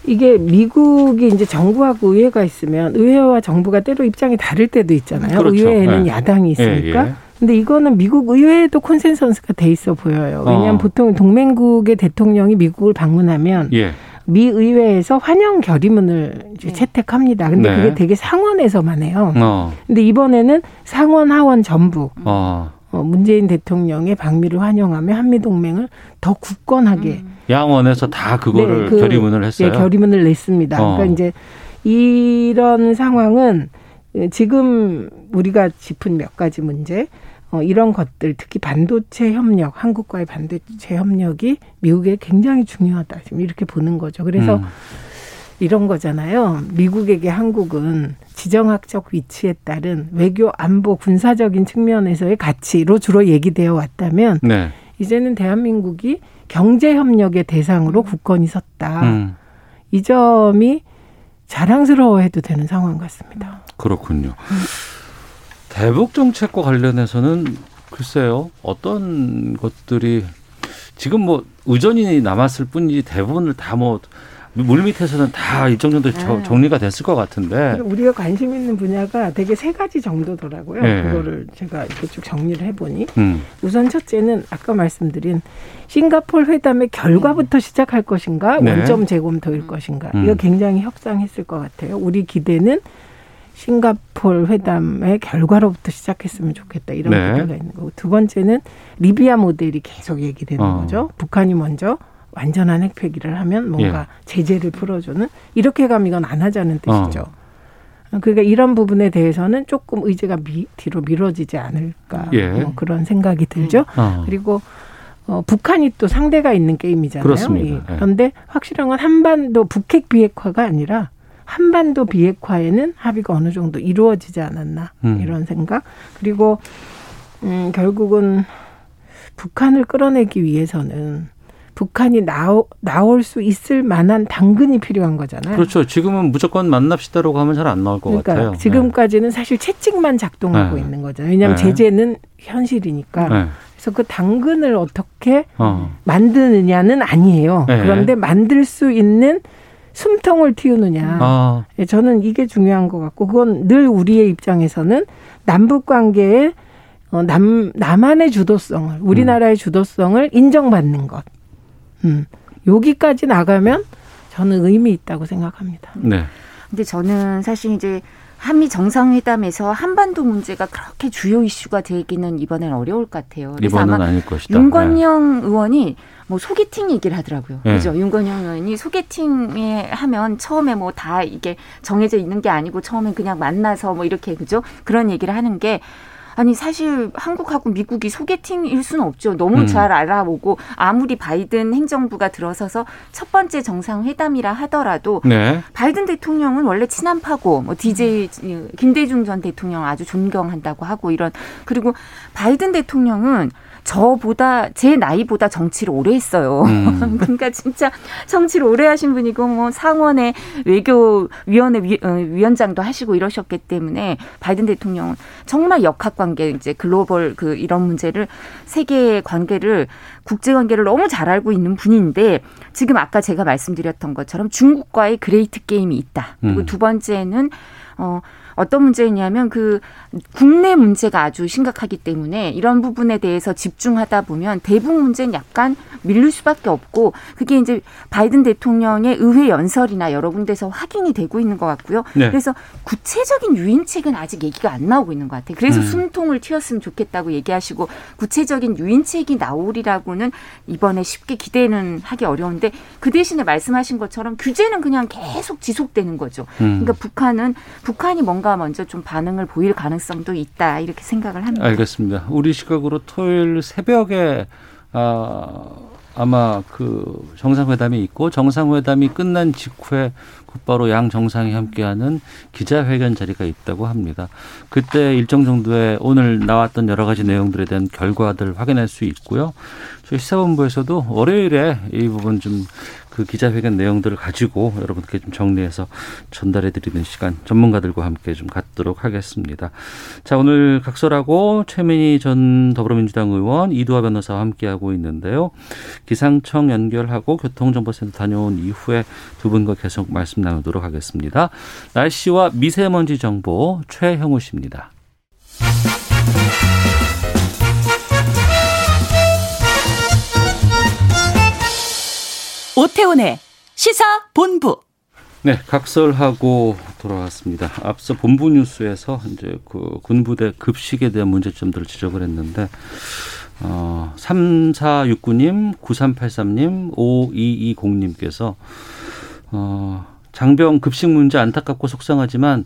Speaker 5: 이게 미국이 이제 정부하고 의회가 있으면 의회와 정부가 때로 입장이 다를 때도 있잖아요. 그렇죠. 의회에는 네. 야당이 있으니까. 예, 예. 근데 이거는 미국 의회에도 콘센서스가 돼 있어 보여요. 왜냐하면 어. 보통 동맹국의 대통령이 미국을 방문하면 예. 미 의회에서 환영 결의문을 네. 채택합니다. 근데 음. 네. 그게 되게 상원에서만 해요. 어. 근데 이번에는 상원 하원 전부 어. 문재인 대통령의 방미를 환영하며 한미 동맹을 더 굳건하게 음.
Speaker 2: 양원에서 다 그거를 네, 그, 결의문을 했어요.
Speaker 5: 네, 결의문을 냈습니다. 어. 그러니까 이제 이런 상황은 지금 우리가 짚은 몇 가지 문제 어, 이런 것들 특히 반도체 협력 한국과의 반도체 협력이 미국에 굉장히 중요하다 지금 이렇게 보는 거죠. 그래서 음. 이런 거잖아요. 미국에게 한국은 지정학적 위치에 따른 외교 안보 군사적인 측면에서의 가치로 주로 얘기되어 왔다면 네. 이제는 대한민국이 경제 협력의 대상으로 국권이 섰다. 음. 이 점이 자랑스러워해도 되는 상황 같습니다.
Speaker 2: 그렇군요. 음. 대북 정책과 관련해서는 글쎄요 어떤 것들이 지금 뭐 의전이 남았을 뿐이지 대부분을 다 뭐 물밑에서는 다 일정 정도 아. 정리가 됐을 것 같은데
Speaker 5: 우리가 관심 있는 분야가 되게 세 가지 정도더라고요. 네. 그거를 제가 이렇게 쭉 정리를 해보니 음. 우선 첫째는 아까 말씀드린 싱가폴 회담의 결과부터 음. 시작할 것인가 네. 원점 재검토일 것인가 음. 이거 굉장히 협상했을 것 같아요. 우리 기대는 싱가폴 회담의 결과로부터 시작했으면 좋겠다 이런 네. 기대가 있는 거고 두 번째는 리비아 모델이 계속 얘기되는 어. 거죠. 북한이 먼저 완전한 핵폐기를 하면 뭔가 예. 제재를 풀어주는 이렇게 가면 이건 안 하자는 뜻이죠. 어. 그러니까 이런 부분에 대해서는 조금 의제가 미, 뒤로 미뤄지지 않을까 예. 뭐 그런 생각이 들죠. 어. 그리고 어, 북한이 또 상대가 있는 게임이잖아요.
Speaker 2: 그렇습니다.
Speaker 5: 예. 그런데 확실한 건 한반도 북핵 비핵화가 아니라 한반도 비핵화에는 합의가 어느 정도 이루어지지 않았나 음. 이런 생각 그리고 음 결국은 북한을 끌어내기 위해서는 북한이 나오, 나올 수 있을 만한 당근이 필요한 거잖아요.
Speaker 2: 그렇죠. 지금은 무조건 만납시다라고 하면 잘 안 나올 것 그러니까 같아요.
Speaker 5: 지금까지는 네. 사실 채찍만 작동하고 네. 있는 거잖아요. 왜냐하면 네. 제재는
Speaker 2: 네.
Speaker 5: 현실이니까. 그래서 그 당근을 어떻게 어. 만드느냐는 아니에요. 그런데 만들 수 있는 숨통을
Speaker 2: 음.
Speaker 5: 틔우느냐. 아. 저는 이게 중요한 것 같고 그건 늘 우리의 입장에서는 남북 관계의 어, 남 남한의 주도성을 우리나라의 음. 주도성을 인정받는 것. 음. 여기까지 나가면 저는 의미 있다고 생각합니다.
Speaker 2: 네.
Speaker 6: 근데 저는 사실 이제 한미 정상회담에서 한반도 문제가 그렇게 주요 이슈가 되기는 이번엔 어려울 것 같아요.
Speaker 2: 이번은 아닐 것이다.
Speaker 6: 윤건영 네. 의원이 뭐 소개팅 얘기를 하더라고요.
Speaker 2: 예.
Speaker 6: 네. 그죠? 윤건영 의원이 소개팅에 하면 처음에 뭐 다 이게 정해져 있는 게 아니고 처음엔 그냥 만나서 뭐 이렇게 그죠? 그런 얘기를 하는 게 아니 사실 한국하고 미국이 소개팅일 수는 없죠. 너무 음. 잘 알아보고 아무리 바이든 행정부가 들어서서 첫 번째 정상회담이라 하더라도 네. 바이든 대통령은 원래 친한파고 뭐 DJ 김대중 전 대통령 아주 존경한다고 하고 이런 그리고 바이든 대통령은 저보다 제 나이보다 정치를 오래 했어요. 음. 그러니까 진짜 정치를 오래 하신 분이고 뭐 상원의 외교위원회 위원장도 하시고 이러셨기 때문에 바이든 대통령은 정말 역학 관계 이제 글로벌 그 이런 문제를 세계 관계를 국제 관계를 너무 잘 알고 있는 분인데 지금 아까 제가 말씀드렸던 것처럼 중국과의 그레이트 게임이 있다. 그리고 음. 두 번째는 어 어떤 문제냐면 그 국내 문제가 아주 심각하기 때문에 이런 부분에 대해서 집중하다 보면 대북 문제는 약간 밀릴 수밖에 없고 그게 이제 바이든 대통령의 의회 연설이나 여러 군데서 확인이 되고 있는 것 같고요. 네. 그래서 구체적인 유인책은 아직 얘기가 안 나오고 있는 것 같아요. 그래서 음. 숨통을 튀었으면 좋겠다고 얘기하시고 구체적인 유인책이 나오리라고는 이번에 쉽게 기대는 하기 어려운데 그 대신에 말씀하신 것처럼 규제는 그냥 계속 지속되는 거죠. 음. 그러니까 북한은 북한이 뭔가 먼저 좀 반응을 보일 가능성도 있다 이렇게 생각을 합니다.
Speaker 2: 알겠습니다. 우리 시각으로 토요일 새벽에 아, 아마 그 정상회담이 있고 정상회담이 끝난 직후에 곧바로 양 정상이 함께하는 기자회견 자리가 있다고 합니다. 그때 일정 정도의 오늘 나왔던 여러 가지 내용들에 대한 결과들 확인할 수 있고요. 저희 시사본부에서도 월요일에 이 부분 좀 그 기자회견 내용들을 가지고 여러분께 좀 정리해서 전달해 드리는 시간 전문가들과 함께 좀 갖도록 하겠습니다. 자, 오늘 각설하고 최민희 전 더불어민주당 의원 이두하 변호사와 함께하고 있는데요. 기상청 연결하고 교통정보센터 다녀온 이후에 두 분과 계속 말씀 나누도록 하겠습니다. 날씨와 미세먼지 정보 최형우 씨입니다.
Speaker 10: 오태훈의 시사 본부.
Speaker 2: 네, 각설하고 돌아왔습니다. 앞서 본부 뉴스에서 이제 그 군부대 급식에 대한 문제점들을 지적을 했는데 어 3469님, 9383님, 5220님께서 어 장병 급식 문제 안타깝고 속상하지만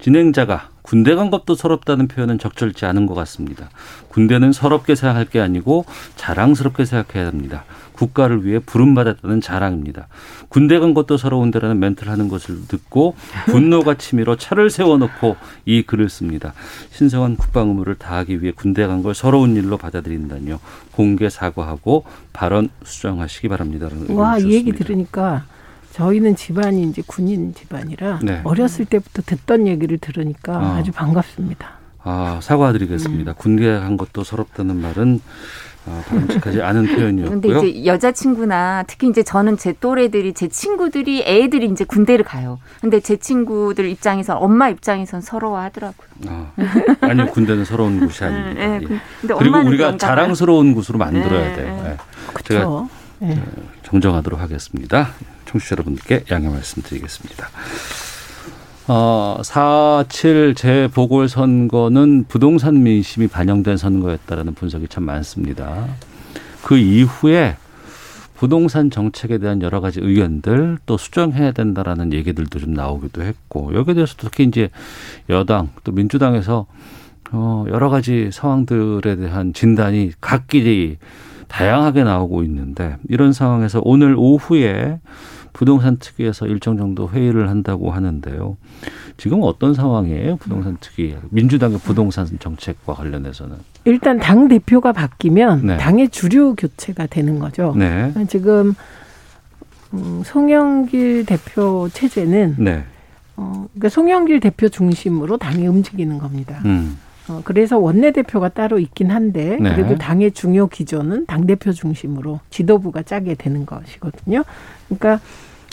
Speaker 2: 진행자가 군대 간 것도 서럽다는 표현은 적절치 않은 것 같습니다. 군대는 서럽게 생각할 게 아니고 자랑스럽게 생각해야 합니다. 국가를 위해 부름받았다는 자랑입니다. 군대 간 것도 서러운데라는 멘트를 하는 것을 듣고 분노가 치밀어 차를 세워놓고 이 글을 씁니다. 신성한 국방 의무를 다하기 위해 군대 간 걸 서러운 일로 받아들인다뇨. 공개 사과하고 발언 수정하시기 바랍니다.
Speaker 5: 와, 이 얘기 들으니까 저희는 집안이 이제 군인 집안이라 네. 어렸을 때부터 듣던 얘기를 들으니까 아. 아주 반갑습니다.
Speaker 2: 아, 사과드리겠습니다. 음. 군대 간 것도 서럽다는 말은 아, 바람직하지 [LAUGHS] 않은 표현이었고요.
Speaker 6: 근데 이제 여자친구나 특히 이제 저는 제 또래들이 제 친구들이 애들이 이제 군대를 가요. 근데 제 친구들 입장에서 엄마 입장에선 서러워하더라고요.
Speaker 2: 아, 아니요 군대는 서러운 곳이 아닙니다. 네, 네. 예. 그리고 우리가 자랑스러운 곳으로 만들어야 돼요. 네.
Speaker 5: 그렇죠.
Speaker 2: 제가 정정하도록 하겠습니다. 청취자 여러분께 양해 말씀드리겠습니다. 어, 4.7재 보궐선거는 부동산 민심이 반영된 선거였다라는 분석이 참 많습니다. 그 이후에 부동산 정책에 대한 여러 가지 의견들 또 수정해야 된다라는 얘기들도 좀 나오기도 했고 여기에 대해서 특히 이제 여당 또 민주당에서 어, 여러 가지 상황들에 대한 진단이 각기 다양하게 나오고 있는데 이런 상황에서 오늘 오후에 부동산 특위에서 일정 정도 회의를 한다고 하는데요. 지금 어떤 상황이에요? 부동산 특위 민주당의 부동산 정책과 관련해서는
Speaker 5: 일단 당 대표가 바뀌면 네. 당의 주류 교체가 되는 거죠. 네. 지금 음, 송영길 대표 체제는 네. 어, 그러니까 송영길 대표 중심으로 당이 움직이는 겁니다. 음. 어, 그래서 원내대표가 따로 있긴 한데 그래도 네. 당의 중요 기조는 당대표 중심으로 지도부가 짜게 되는 것이거든요. 그러니까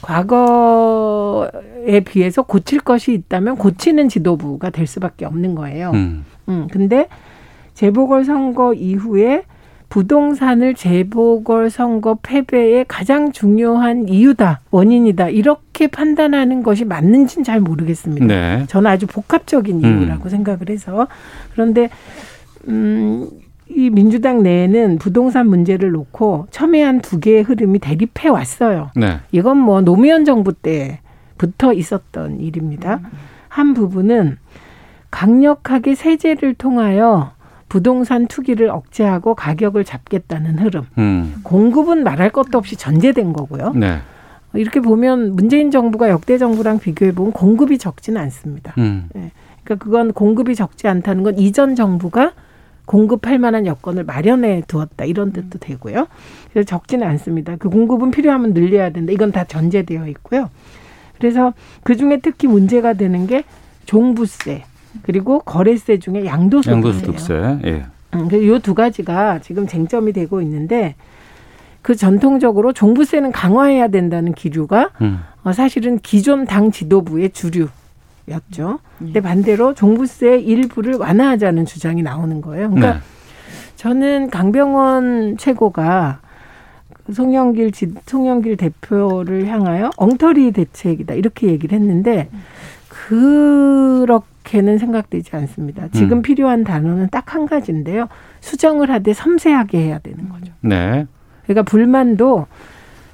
Speaker 5: 과거에 비해서 고칠 것이 있다면 고치는 지도부가 될 수밖에 없는 거예요. 음. 음 근데 재보궐 선거 이후에 부동산을 재보궐 선거 패배의 가장 중요한 이유다, 원인이다 이렇게 판단하는 것이 맞는지는 잘 모르겠습니다. 네. 저는 아주 복합적인 이유라고 음. 생각을 해서 그런데 음. 이 민주당 내에는 부동산 문제를 놓고 첨예한 두 개의 흐름이 대립해 왔어요. 네. 이건 뭐 노무현 정부 때부터 있었던 일입니다. 한 부분은 강력하게 세제를 통하여 부동산 투기를 억제하고 가격을 잡겠다는 흐름. 음. 공급은 말할 것도 없이 전제된
Speaker 2: 음.
Speaker 5: 거고요. 네. 이렇게 보면 문재인 정부가 역대 정부랑 비교해 보면 공급이 적지는 않습니다. 음. 네. 그러니까 그건 공급이 적지 않다는 건 이전 정부가 공급할 만한 여건을 마련해 두었다 이런 뜻도 되고요. 그래서 적지는 않습니다. 그 공급은 필요하면 늘려야 된다. 이건 다 전제되어 있고요. 그래서 그 중에 특히 문제가 되는 게 종부세, 그리고 거래세 중에 양도소득세요. 음,
Speaker 2: 양도소득세. 예.
Speaker 5: 요두 가지가 지금 쟁점이 되고 있는데 그 전통적으로 종부세는 강화해야 된다는 기류가 음. 사실은 기존 당 지도부의 주류였죠. 근데 반대로 종부세 일부를 완화하자는 주장이 나오는 거예요. 그러니까 네. 저는 강병원 최고가 송영길 지, 송영길 대표를 향하여 엉터리 대책이다 이렇게 얘기를 했는데 그렇게 그렇게는 생각되지 않습니다. 지금 음. 필요한 단어는 딱 한 가지인데요. 수정을 하되 섬세하게 해야 되는 거죠.
Speaker 2: 네.
Speaker 5: 그러니까 불만도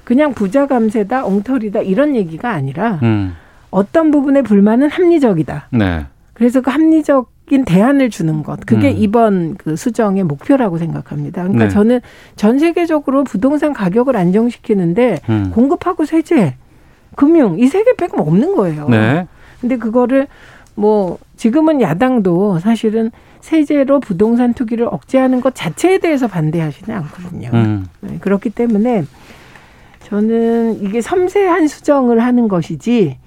Speaker 5: 그냥 부자 감세다, 엉터리다 이런 얘기가 아니라 음. 어떤 부분의 불만은 합리적이다. 네. 그래서 그 합리적인 대안을 주는 것 그게 음. 이번 그 수정의 목표라고 생각합니다. 그러니까 네. 저는 전 세계적으로 부동산 가격을 안정시키는데
Speaker 2: 음.
Speaker 5: 공급하고 세제, 금융 이 세 개 빼고 없는 거예요. 네. 근데 그거를 뭐 지금은 야당도 사실은 세제로 부동산 투기를 억제하는 것 자체에 대해서 반대하시는 않거든요. 음. 네, 그렇기 때문에 저는 이게 섬세한 수정을 하는 것이지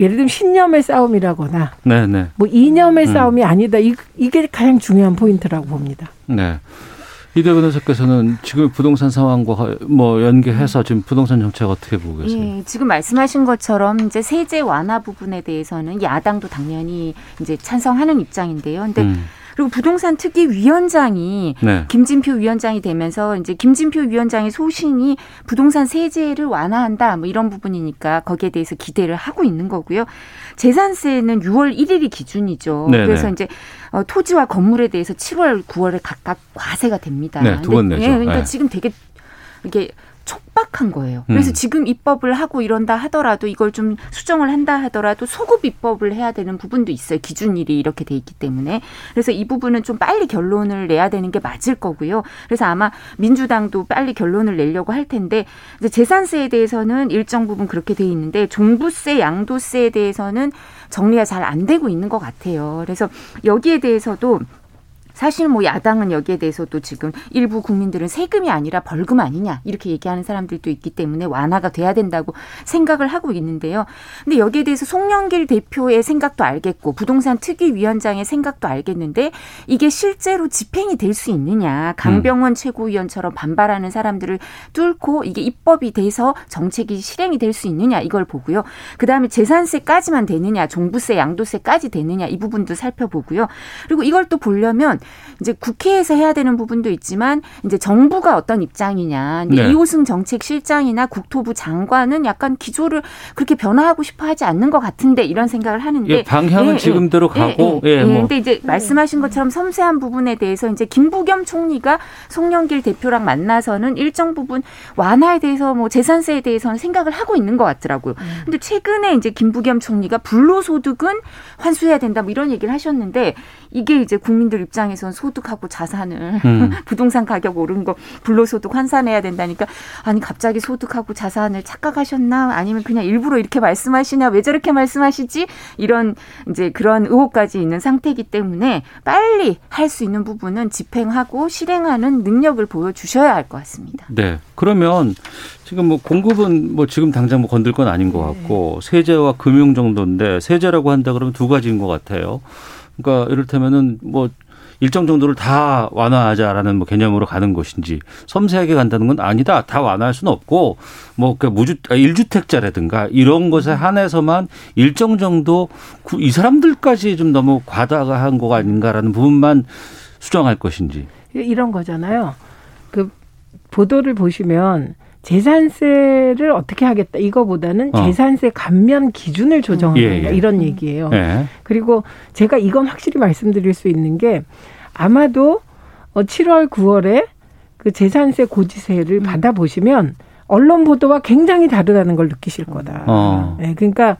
Speaker 5: 예를 들면 신념의 싸움이라거나 네네. 뭐 이념의 음. 싸움이 아니다. 이, 게 가장 중요한 포인트라고 봅니다.
Speaker 2: 네. 이대변 변호사께서는 지금 부동산 상황과 뭐 연계해서 지금 부동산 정책 어떻게 보고 계세요? 예,
Speaker 6: 지금 말씀하신 것처럼 이제 세제 완화 부분에 대해서는 야당도 당연히 이제 찬성하는 입장인데요. 근데 음. 그리고 부동산 특위 위원장이
Speaker 2: 네.
Speaker 6: 김진표 위원장이 되면서 이제 김진표 위원장의 소신이 부동산 세제를 완화한다 뭐 이런 부분이니까 거기에 대해서 기대를 하고 있는 거고요. 재산세는 6월 1일이 기준이죠.
Speaker 2: 네네.
Speaker 6: 그래서 이제 어, 토지와 건물에 대해서 7월, 9월에 각각 과세가 됩니다.
Speaker 2: 네, 두번
Speaker 6: 근데-
Speaker 2: 내죠.
Speaker 6: 예, 그러니까
Speaker 2: 네.
Speaker 6: 지금 되게 이게 촉박한 거예요. 그래서
Speaker 2: 음.
Speaker 6: 지금 입법을 하고 이런다 하더라도 이걸 좀 수정을 한다 하더라도 소급 입법을 해야 되는 부분도 있어요. 기준일이 이렇게 돼 있기 때문에. 그래서 이 부분은 좀 빨리 결론을 내야 되는 게 맞을 거고요. 그래서 아마 민주당도 빨리 결론을 내려고 할 텐데 이제 재산세에 대해서는 일정 부분 그렇게 돼 있는데 종부세, 양도세에 대해서는 정리가 잘 안 되고 있는 것 같아요. 그래서 여기에 대해서도 사실 뭐 야당은 여기에 대해서도 지금 일부 국민들은 세금이 아니라 벌금 아니냐 이렇게 얘기하는 사람들도 있기 때문에 완화가 돼야 된다고 생각을 하고 있는데요. 근데 여기에 대해서 송영길 대표의 생각도 알겠고 부동산 특위 위원장의 생각도 알겠는데 이게 실제로 집행이 될 수 있느냐 강병원 최고위원처럼 반발하는 사람들을 뚫고 이게 입법이 돼서 정책이 실행이 될 수 있느냐 이걸 보고요. 그다음에 재산세까지만 되느냐 종부세 양도세까지 되느냐 이 부분도 살펴보고요. 그리고 이걸 또 보려면 이제 국회에서 해야 되는 부분도 있지만 이제 정부가 어떤 입장이냐. 근데
Speaker 2: 네.
Speaker 6: 이호승 정책실장이나 국토부 장관은 약간 기조를 그렇게 변화하고 싶어 하지 않는 것 같은데 이런 생각을 하는데
Speaker 2: 예, 방향은 지금대로 가고, 예, 뭐.
Speaker 6: 근데 이제 말씀하신 것처럼 섬세한 부분에 대해서 이제 김부겸 총리가 송영길 대표랑 만나서는 일정 부분 완화에 대해서 뭐 재산세에 대해서는 생각을 하고 있는 것 같더라고요. 근데 최근에 이제 김부겸 총리가 불로소득은 환수해야 된다 뭐 이런 얘기를 하셨는데 이게 이제 국민들 입장에선 소득하고 자산을
Speaker 2: 음.
Speaker 6: 부동산 가격 오른 거 불로소득 환산해야 된다니까 아니 갑자기 소득하고 자산을 착각하셨나 아니면 그냥 일부러 이렇게 말씀하시냐 왜 저렇게 말씀하시지 이런 이제 그런 의혹까지 있는 상태이기 때문에 빨리 할 수 있는 부분은 집행하고 실행하는 능력을 보여주셔야 할 것 같습니다.
Speaker 2: 네. 그러면 지금 뭐 공급은 뭐 지금 당장 뭐 건들 건 아닌 것 같고 세제와 금융 정도인데 세제라고 한다 그러면 두 가지인 것 같아요. 그러니까 이를테면은 뭐 일정 정도를 다 완화하자라는 뭐 개념으로 가는 것인지 섬세하게 간다는 건 아니다. 다 완화할 수는 없고 뭐 그 무주 아, 일주택자라든가 이런 것에 한해서만 일정 정도 구- 이 사람들까지 좀 너무 과다가 한 거 아닌가라는 부분만 수정할 것인지.
Speaker 5: 이런 거잖아요. 그 보도를 보시면 재산세를 어떻게 하겠다 이거보다는
Speaker 2: 어.
Speaker 5: 재산세 감면 기준을 조정하는
Speaker 2: 예,
Speaker 5: 다
Speaker 2: 예.
Speaker 5: 이런 얘기예요.
Speaker 2: 예.
Speaker 5: 그리고 제가 이건 확실히 말씀드릴 수 있는 게 아마도 어, 7월 9월에 그 재산세 고지세를 받아보시면 언론 보도와 굉장히 다르다는 걸 느끼실 거다.
Speaker 2: 어.
Speaker 5: 네, 그러니까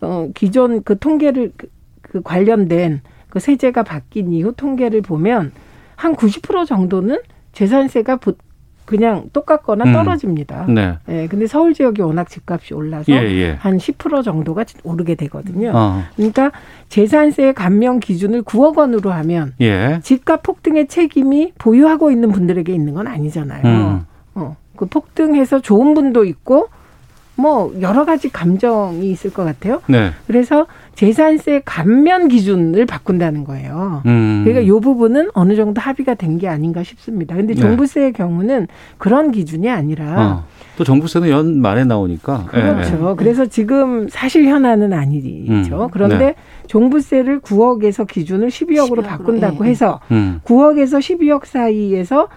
Speaker 5: 어, 기존 그 통계를 그, 그 관련된 그 세제가 바뀐 이후 통계를 보면 한 90% 정도는 재산세가 보- 그냥 똑같거나
Speaker 2: 음.
Speaker 5: 떨어집니다.
Speaker 2: 네.
Speaker 5: 예, 근데 서울 지역이 워낙 집값이 올라서
Speaker 2: 예, 예.
Speaker 5: 한 10% 정도가 오르게 되거든요.
Speaker 2: 어.
Speaker 5: 그러니까 재산세 감면 기준을 9억 원으로 하면
Speaker 2: 예.
Speaker 5: 집값 폭등의 책임이 보유하고 있는 분들에게 있는 건 아니잖아요.
Speaker 2: 음.
Speaker 5: 어, 그 폭등해서 좋은 분도 있고 뭐 여러 가지 감정이 있을 것 같아요.
Speaker 2: 네.
Speaker 5: 그래서 재산세 감면 기준을 바꾼다는 거예요.
Speaker 2: 음.
Speaker 5: 그러니까 요 부분은 어느 정도 합의가 된 게 아닌가 싶습니다. 근데
Speaker 2: 네.
Speaker 5: 종부세의 경우는 그런 기준이
Speaker 2: 어.
Speaker 5: 아니라
Speaker 2: 또 정부세는 연 말에 나오니까. 예,
Speaker 5: 그렇죠. 그래서 지금 사실 현안은 아니죠.
Speaker 2: 음,
Speaker 5: 그런데
Speaker 2: 네.
Speaker 5: 종부세를 9억에서 기준을 12억으로
Speaker 6: 12억 으로,
Speaker 5: 바꾼다고
Speaker 6: 예, 예.
Speaker 5: 해서
Speaker 2: 예. 음.
Speaker 5: 9억에서 12억 사이에서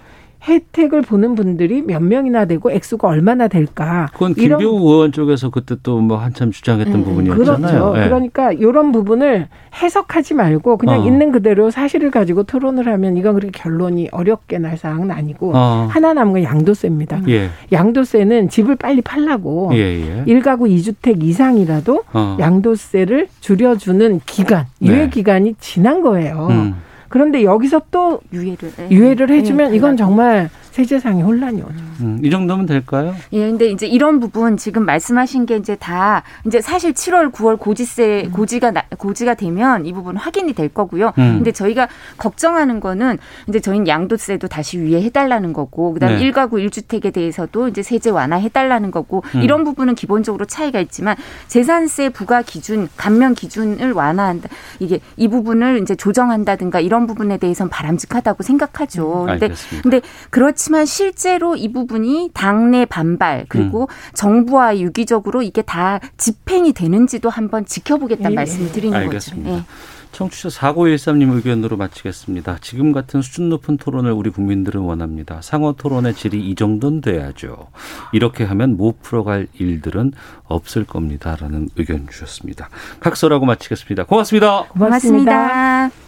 Speaker 5: 혜택을 보는 분들이 몇 명이나 되고 액수가 얼마나 될까.
Speaker 2: 그건
Speaker 5: 이런-
Speaker 2: 김병우 의원 쪽에서 그때 또 뭐 한참 주장했던
Speaker 6: 음,
Speaker 2: 부분이었잖아요.
Speaker 5: 그렇죠.
Speaker 2: 예.
Speaker 5: 그러니까 이런 부분을 해석하지 말고 그냥
Speaker 2: 어.
Speaker 5: 있는 그대로 사실을 가지고 토론을 하면 이건 그렇게 결론이 어렵게 날 사항은 아니고
Speaker 2: 어.
Speaker 5: 하나 남은 건 양도세입니다.
Speaker 2: 예.
Speaker 5: 양도세는 집을 빨리 팔라고
Speaker 2: 예, 예.
Speaker 5: 일 1가구 2주택 이상이라도
Speaker 2: 어.
Speaker 5: 어. 양도세를 줄여주는 기간,
Speaker 2: 네.
Speaker 5: 유예 기간이 지난 거예요.
Speaker 2: 음.
Speaker 5: 그런데 여기서 또
Speaker 6: 유예를 예.
Speaker 5: 유예를 해주면
Speaker 6: 예,
Speaker 5: 이건 정말 세제상의 혼란이 오죠.
Speaker 2: 음. 이 정도면 될까요?
Speaker 6: 예, 근데 이제 이런 부분 지금 말씀하신 게 이제 다 이제 사실 7월, 9월 고지세 고지가 나- 고지가 되면 이 부분 확인이 될 거고요.
Speaker 2: 음.
Speaker 6: 근데 저희가 걱정하는 거는 이제 저희는 양도세도 다시 위해해 달라는 거고 그다음에
Speaker 2: 네.
Speaker 6: 일 1가구 1주택에 대해서도 이제 세제 완화해 달라는 거고
Speaker 2: 음.
Speaker 6: 이런 부분은 기본적으로 차이가 있지만 재산세 부과 기준, 감면 기준을 완화한다. 이게 이 부분을 이제 조정한다든가 이런 부분에 대해서는 바람직하다고 생각하죠.
Speaker 2: 음.
Speaker 6: 근데
Speaker 2: 알겠습니다.
Speaker 6: 근데 그렇지만 실제로 이 부분이 당내 반발 그리고
Speaker 2: 음.
Speaker 6: 정부와 유기적으로 이게 다 집행이 되는지도 한번 지켜보겠다는
Speaker 5: 예,
Speaker 6: 말씀을 드리는 예,
Speaker 2: 알겠습니다.
Speaker 6: 거죠.
Speaker 2: 청취자 4913님 의견으로 마치겠습니다. 지금 같은 수준 높은 토론을 우리 국민들은 원합니다. 상호 토론의 질이 이 정도는 돼야죠. 이렇게 하면 못 풀어갈 일들은 없을 겁니다. 라는 의견 주셨습니다. 각서라고 마치겠습니다. 고맙습니다.
Speaker 6: 고맙습니다. 고맙습니다.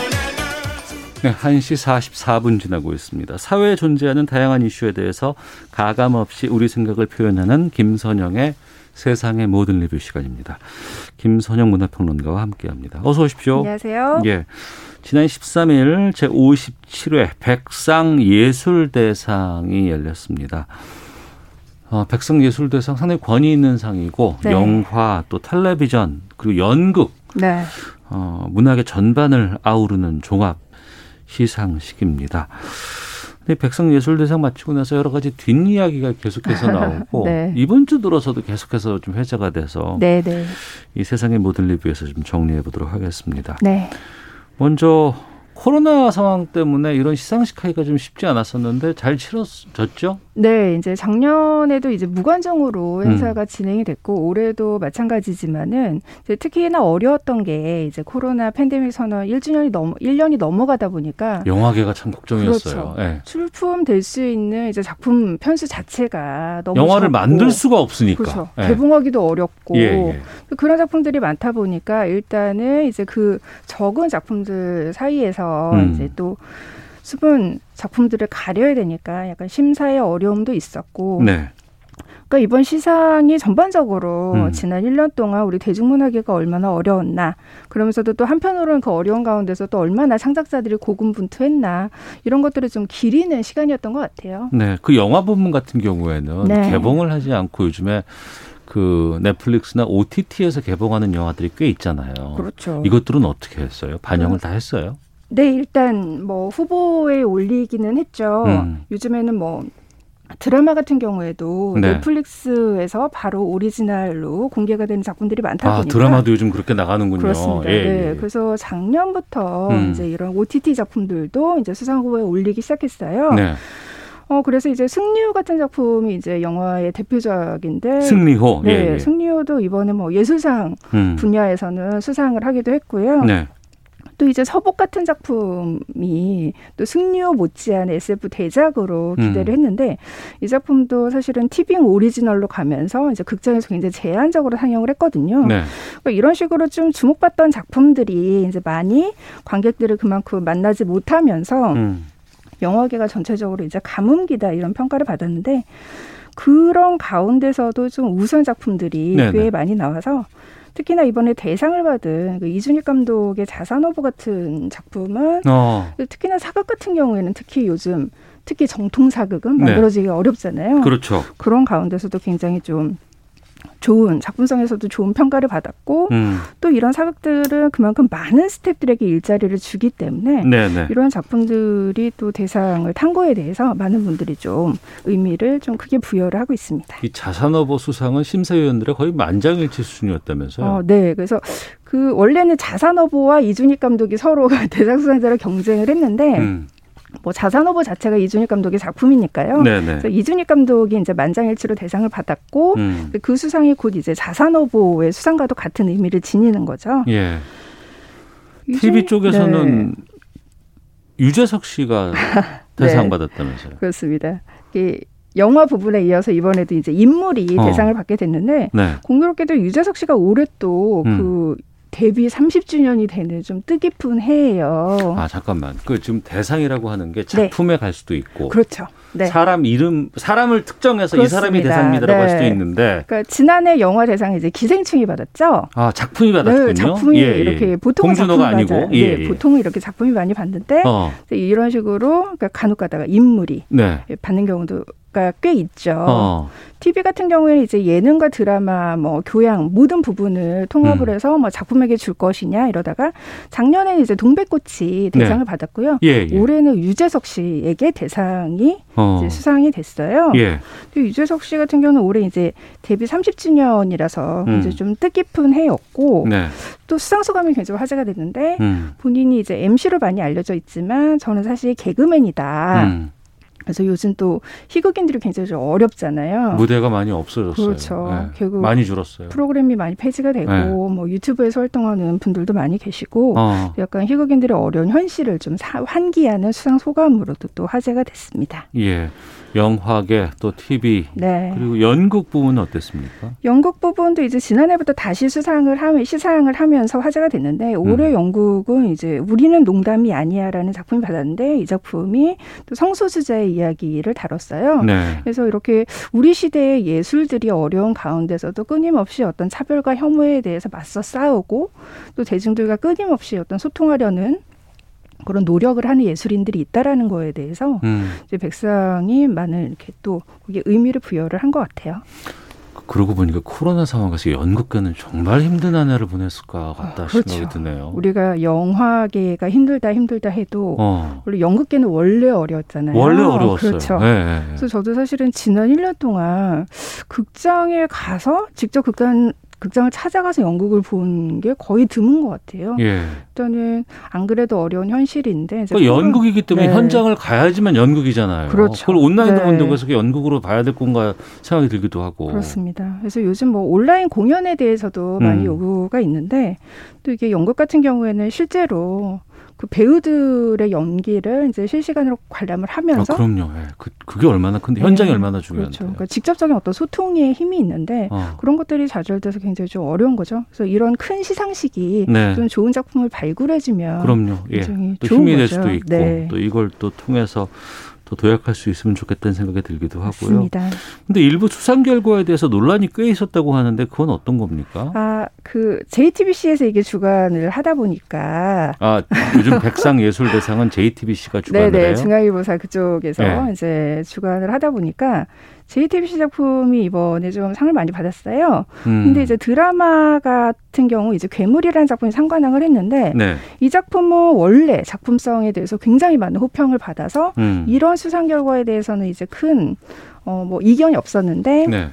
Speaker 2: 네, 1시 44분 지나고 있습니다. 사회에 존재하는 다양한 이슈에 대해서 가감없이 우리 생각을 표현하는 김선영의 세상의 모든 리뷰 시간입니다. 김선영 문화평론가와 함께합니다. 어서 오십시오.
Speaker 5: 안녕하세요.
Speaker 2: 예. 지난 13일 제 57회 백상 예술대상이 열렸습니다. 어, 백상 예술대상 상당히 권위 있는 상이고 네. 영화 또 텔레비전 그리고 연극 네. 어, 문학의 전반을 아우르는 종합 시상식입니다. 근데 백상예술대상 마치고 나서 여러 가지 뒷이야기가
Speaker 5: [LAUGHS]
Speaker 2: 계속해서 나오고 네. 이번 주 들어서도 계속해서 좀 회자가 돼서
Speaker 5: 네, 네.
Speaker 2: 이 세상의 모든 리뷰에서 좀 정리해 보도록 하겠습니다.
Speaker 5: 네.
Speaker 2: 먼저 코로나 상황 때문에 이런 시상식 하기가 좀 쉽지 않았었는데 잘 치러졌죠?
Speaker 5: 네, 이제 작년에도 이제 무관정으로 행사가 음. 진행이 됐고 올해도 마찬가지지만은 특히나 어려웠던 게 이제 코로나 팬데믹 선언 1주년이 넘 1년이 넘어가다 보니까
Speaker 2: 영화계가 참 걱정이었어요. 예.
Speaker 5: 그렇죠. 네. 출품될 수 있는 이제 작품 편수 자체가 너무
Speaker 2: 영화를 적고, 만들 수가 없으니까 예.
Speaker 5: 그렇죠. 네. 개봉하기도 어렵고 예, 예. 그런 작품들이 많다 보니까 일단은 이제 그 적은 작품들 사이에서 음. 이제 또 수분 작품들을 가려야 되니까 약간 심사의 어려움도 있었고.
Speaker 2: 네.
Speaker 5: 그러니까 이번 시상이 전반적으로 음. 지난 1년 동안 우리 대중문화계가 얼마나 어려웠나 그러면서도 또 한편으로는 그 어려운 가운데서 또 얼마나 창작자들이 고군분투했나 이런 것들을 좀 기리는 시간이었던 것 같아요.
Speaker 2: 네, 그 영화 부문 같은 경우에는 네. 개봉을 하지 않고 요즘에 그 넷플릭스나 OTT에서 개봉하는 영화들이 꽤 있잖아요.
Speaker 5: 그렇죠.
Speaker 2: 어. 이것들은 어떻게 했어요? 반영을 음. 다 했어요?
Speaker 5: 네, 일단 뭐 후보에 올리기는 했죠. 음. 요즘에는 뭐 드라마 같은 경우에도 네. 넷플릭스에서 바로 오리지널로 공개가 되는 작품들이 많다 보니까
Speaker 2: 아, 드라마도 요즘 그렇게 나가는군요.
Speaker 5: 그렇습니다. 예, 네. 예. 그래서 작년부터 음. 이제 이런 OTT 작품들도 이제 수상 후보에 올리기 시작했어요.
Speaker 2: 네.
Speaker 5: 어 그래서 이제 승리호 같은 작품이 이제 영화의 대표작인데
Speaker 2: 승리호
Speaker 5: 네 예, 예. 승리호도 이번에 뭐 예술상 음. 분야에서는 수상을 하기도 했고요.
Speaker 2: 네.
Speaker 5: 또 이제 서복 같은 작품이 또 승리호 못지않은 SF 대작으로 기대를 음. 했는데 이 작품도 사실은 티빙 오리지널로 가면서 이제 극장에서 굉장히 제한적으로 상영을 했거든요.
Speaker 2: 네.
Speaker 5: 그러니까 이런 식으로 좀 주목받던 작품들이 이제 많이 관객들을 그만큼 만나지 못하면서 음. 영화계가 전체적으로 이제 가뭄기다 이런 평가를 받았는데 그런 가운데서도 좀 우수한 작품들이 네네. 꽤 많이 나와서 특히나 이번에 대상을 받은 그 이준익 감독의 자산어부 같은 작품은 어. 특히나 사극 같은 경우에는 특히 요즘 특히 정통 사극은 만들어지기 네. 어렵잖아요.
Speaker 2: 그렇죠.
Speaker 5: 그런 가운데서도 굉장히 좀 좋은 작품성에서도 좋은 평가를 받았고 음. 또 이런 사극들은 그만큼 많은 스탭들에게 일자리를 주기 때문에
Speaker 2: 네네.
Speaker 5: 이런 작품들이 또 대상을 탄 거에 대해서 많은 분들이 좀 의미를 좀 크게 부여를 하고 있습니다.
Speaker 2: 이 자산어보 수상은 심사위원들의 거의 만장일치 수준이었다면서요?
Speaker 5: 어, 네, 그래서 그 원래는 자산어보와 이준익 감독이 서로가 [LAUGHS] 대상 수상자로 경쟁을 했는데. 음. 뭐 자산어보 자체가 이준익 감독의 작품이니까요.
Speaker 2: 네네.
Speaker 5: 그래서 이준익 감독이 이제 만장일치로 대상을 받았고 음. 그 수상이 곧 이제 자산어보의 수상과도 같은 의미를 지니는 거죠.
Speaker 2: 예. TV 쪽에서는 네. 유재석
Speaker 5: [LAUGHS]
Speaker 2: 씨가 대상 네. 받았다면서요.
Speaker 5: 그렇습니다. 이 영화 부분에 이어서 이번에도 이제 인물이 어. 대상을 받게 됐는데
Speaker 2: 네.
Speaker 5: 공교롭게도 유재석 씨가 올해 또그 음. 데뷔 30주년이 되는 좀 뜻깊은 해예요.
Speaker 2: 아 잠깐만, 그 지금 대상이라고 하는 게 작품에 네. 갈 수도 있고,
Speaker 5: 그렇죠. 네.
Speaker 2: 사람 이름, 사람을 특정해서 그렇습니다. 이 사람이 대상입니다라고 네. 할 수도 있는데,
Speaker 5: 그러니까 지난해 영화 대상 이제 기생충이 받았죠.
Speaker 2: 아 작품이 받았군요.
Speaker 5: 네, 작품이 예, 이렇게 예. 보통
Speaker 2: 작품이 아니고, 어.
Speaker 5: 예, 예. 보통 이렇게
Speaker 2: 네.
Speaker 5: 작품이 많이 받는데 어. 이런 식으로 그러니까 간혹가다가 인물이 받는 경우도 가꽤 있죠. 어. TV 같은 경우에는 이제 예능과 드라마, 뭐 교양 모든 부분을 통합을 음. 해서 뭐 작품에게 줄 것이냐 이러다가 작년에 이제 동백꽃이 대상을 네. 받았고요. 예, 예. 올해는 유재석 씨에게 대상이 어. 이제 수상이 됐어요. 예. 유재석 씨 같은 경우는 올해 이제 데뷔 30주년이라서 음. 이제 좀 뜻깊은 해였고 네. 또 수상 소감이 굉장히 화제가 됐는데 음. 본인이 이제 MC로 많이 알려져 있지만 저는 사실
Speaker 2: 음.
Speaker 5: 개그맨이다. 그래서 요즘 또 희극인들이 굉장히 좀 어렵잖아요.
Speaker 2: 무대가 많이 없어졌어요.
Speaker 5: 그렇죠.
Speaker 2: 네. 결국 많이 줄었어요.
Speaker 5: 프로그램이 많이 폐지가 되고 네. 뭐 유튜브에서 활동하는 분들도 많이 계시고 어. 약간 희극인들의 어려운 현실을 좀 환기하는 수상 소감으로도 또 화제가 됐습니다.
Speaker 2: 예. 영화계 또 TV 네. 그리고 연극 부분은 어땠습니까?
Speaker 5: 연극 부분도 이제 지난해부터 다시 수상을 하면 시상을 하면서 화제가 됐는데 올해 음. 연극은 이제 우리는 농담이 아니야라는 작품이 받았는데 이 작품이 또 성소수자의 이야기를 다뤘어요. 네. 그래서 이렇게 우리 시대의 예술들이 어려운 가운데서도 끊임없이 어떤 차별과 혐오에 대해서 맞서 싸우고 또 대중들과 끊임없이 어떤 소통하려는 그런 노력을 하는 예술인들이 있다라는 거에 대해서 음. 이제 백상이 많은 이렇게 또 그게 의미를 부여를 한 것 같아요.
Speaker 2: 그러고 보니까 코로나 상황에서 연극계는 정말 힘든 한 해를 보냈을 것 같다 아, 그렇죠. 생각이 드네요.
Speaker 5: 어, 우리가 영화계가 힘들다 힘들다 해도 어. 원래 연극계는 원래 네. 어려웠잖아요.
Speaker 2: 원래 어려웠어요. 예.
Speaker 5: 그렇죠. 네, 네. 그래서 저도 사실은 지난 1년 동안 극장에 가서 직접 극단 극장을 찾아가서 연극을 본 게 거의 드문 것 같아요. 예. 일단은 안 그래도 어려운 현실인데
Speaker 2: 그러니까 연극이기 때문에 네. 현장을 가야지만 연극이잖아요.
Speaker 5: 그렇죠.
Speaker 2: 그걸 온라인 네. 동원돼서 연극으로 봐야 될 건가 생각이 들기도 하고.
Speaker 5: 그렇습니다. 그래서 요즘 뭐 온라인 공연에 대해서도 많이 음. 요구가 있는데 또 이게 연극 같은 경우에는 실제로 그 배우들의 연기를 이제 실시간으로 관람을 하면서
Speaker 2: 아, 그럼요. 예. 그, 그게 얼마나 큰데 현장이 네. 얼마나 중요한데.
Speaker 5: 그렇죠. 그러니까 직접적인 어떤 소통의 힘이 있는데 어. 그런 것들이 좌절돼서 굉장히 좀 어려운 거죠. 그래서 이런 큰 시상식이 네. 좀 좋은 작품을 발굴해주면
Speaker 2: 그럼요. 예. 또 좋은 힘이 거죠. 될 수도 있고 네. 또 이걸 또 통해서 또 도약할 수 있으면 좋겠다는 생각이 들기도 하고요. 그런데 일부 수상 결과에 대해서 논란이 꽤 있었다고 하는데 그건 어떤 겁니까?
Speaker 5: 아, 그 JTBC에서 이게 주관을 하다 보니까
Speaker 2: 아 요즘 백상 예술 대상은 JTBC가 주관을
Speaker 5: [LAUGHS] 네네, 해요. 중앙일보사 그쪽에서 네. 이제 주관을 하다 보니까 JTBC 작품이 이번에 좀 상을 많이 받았어요. 음. 근데 이제 드라마 같은 경우 이제 괴물이라는 작품이 상관왕을 했는데 네. 이 작품은 원래 작품성에 대해서 굉장히 많은 호평을 받아서 음. 이런 수상 결과에 대해서는 이제 큰 어 뭐 이견이 없었는데 네.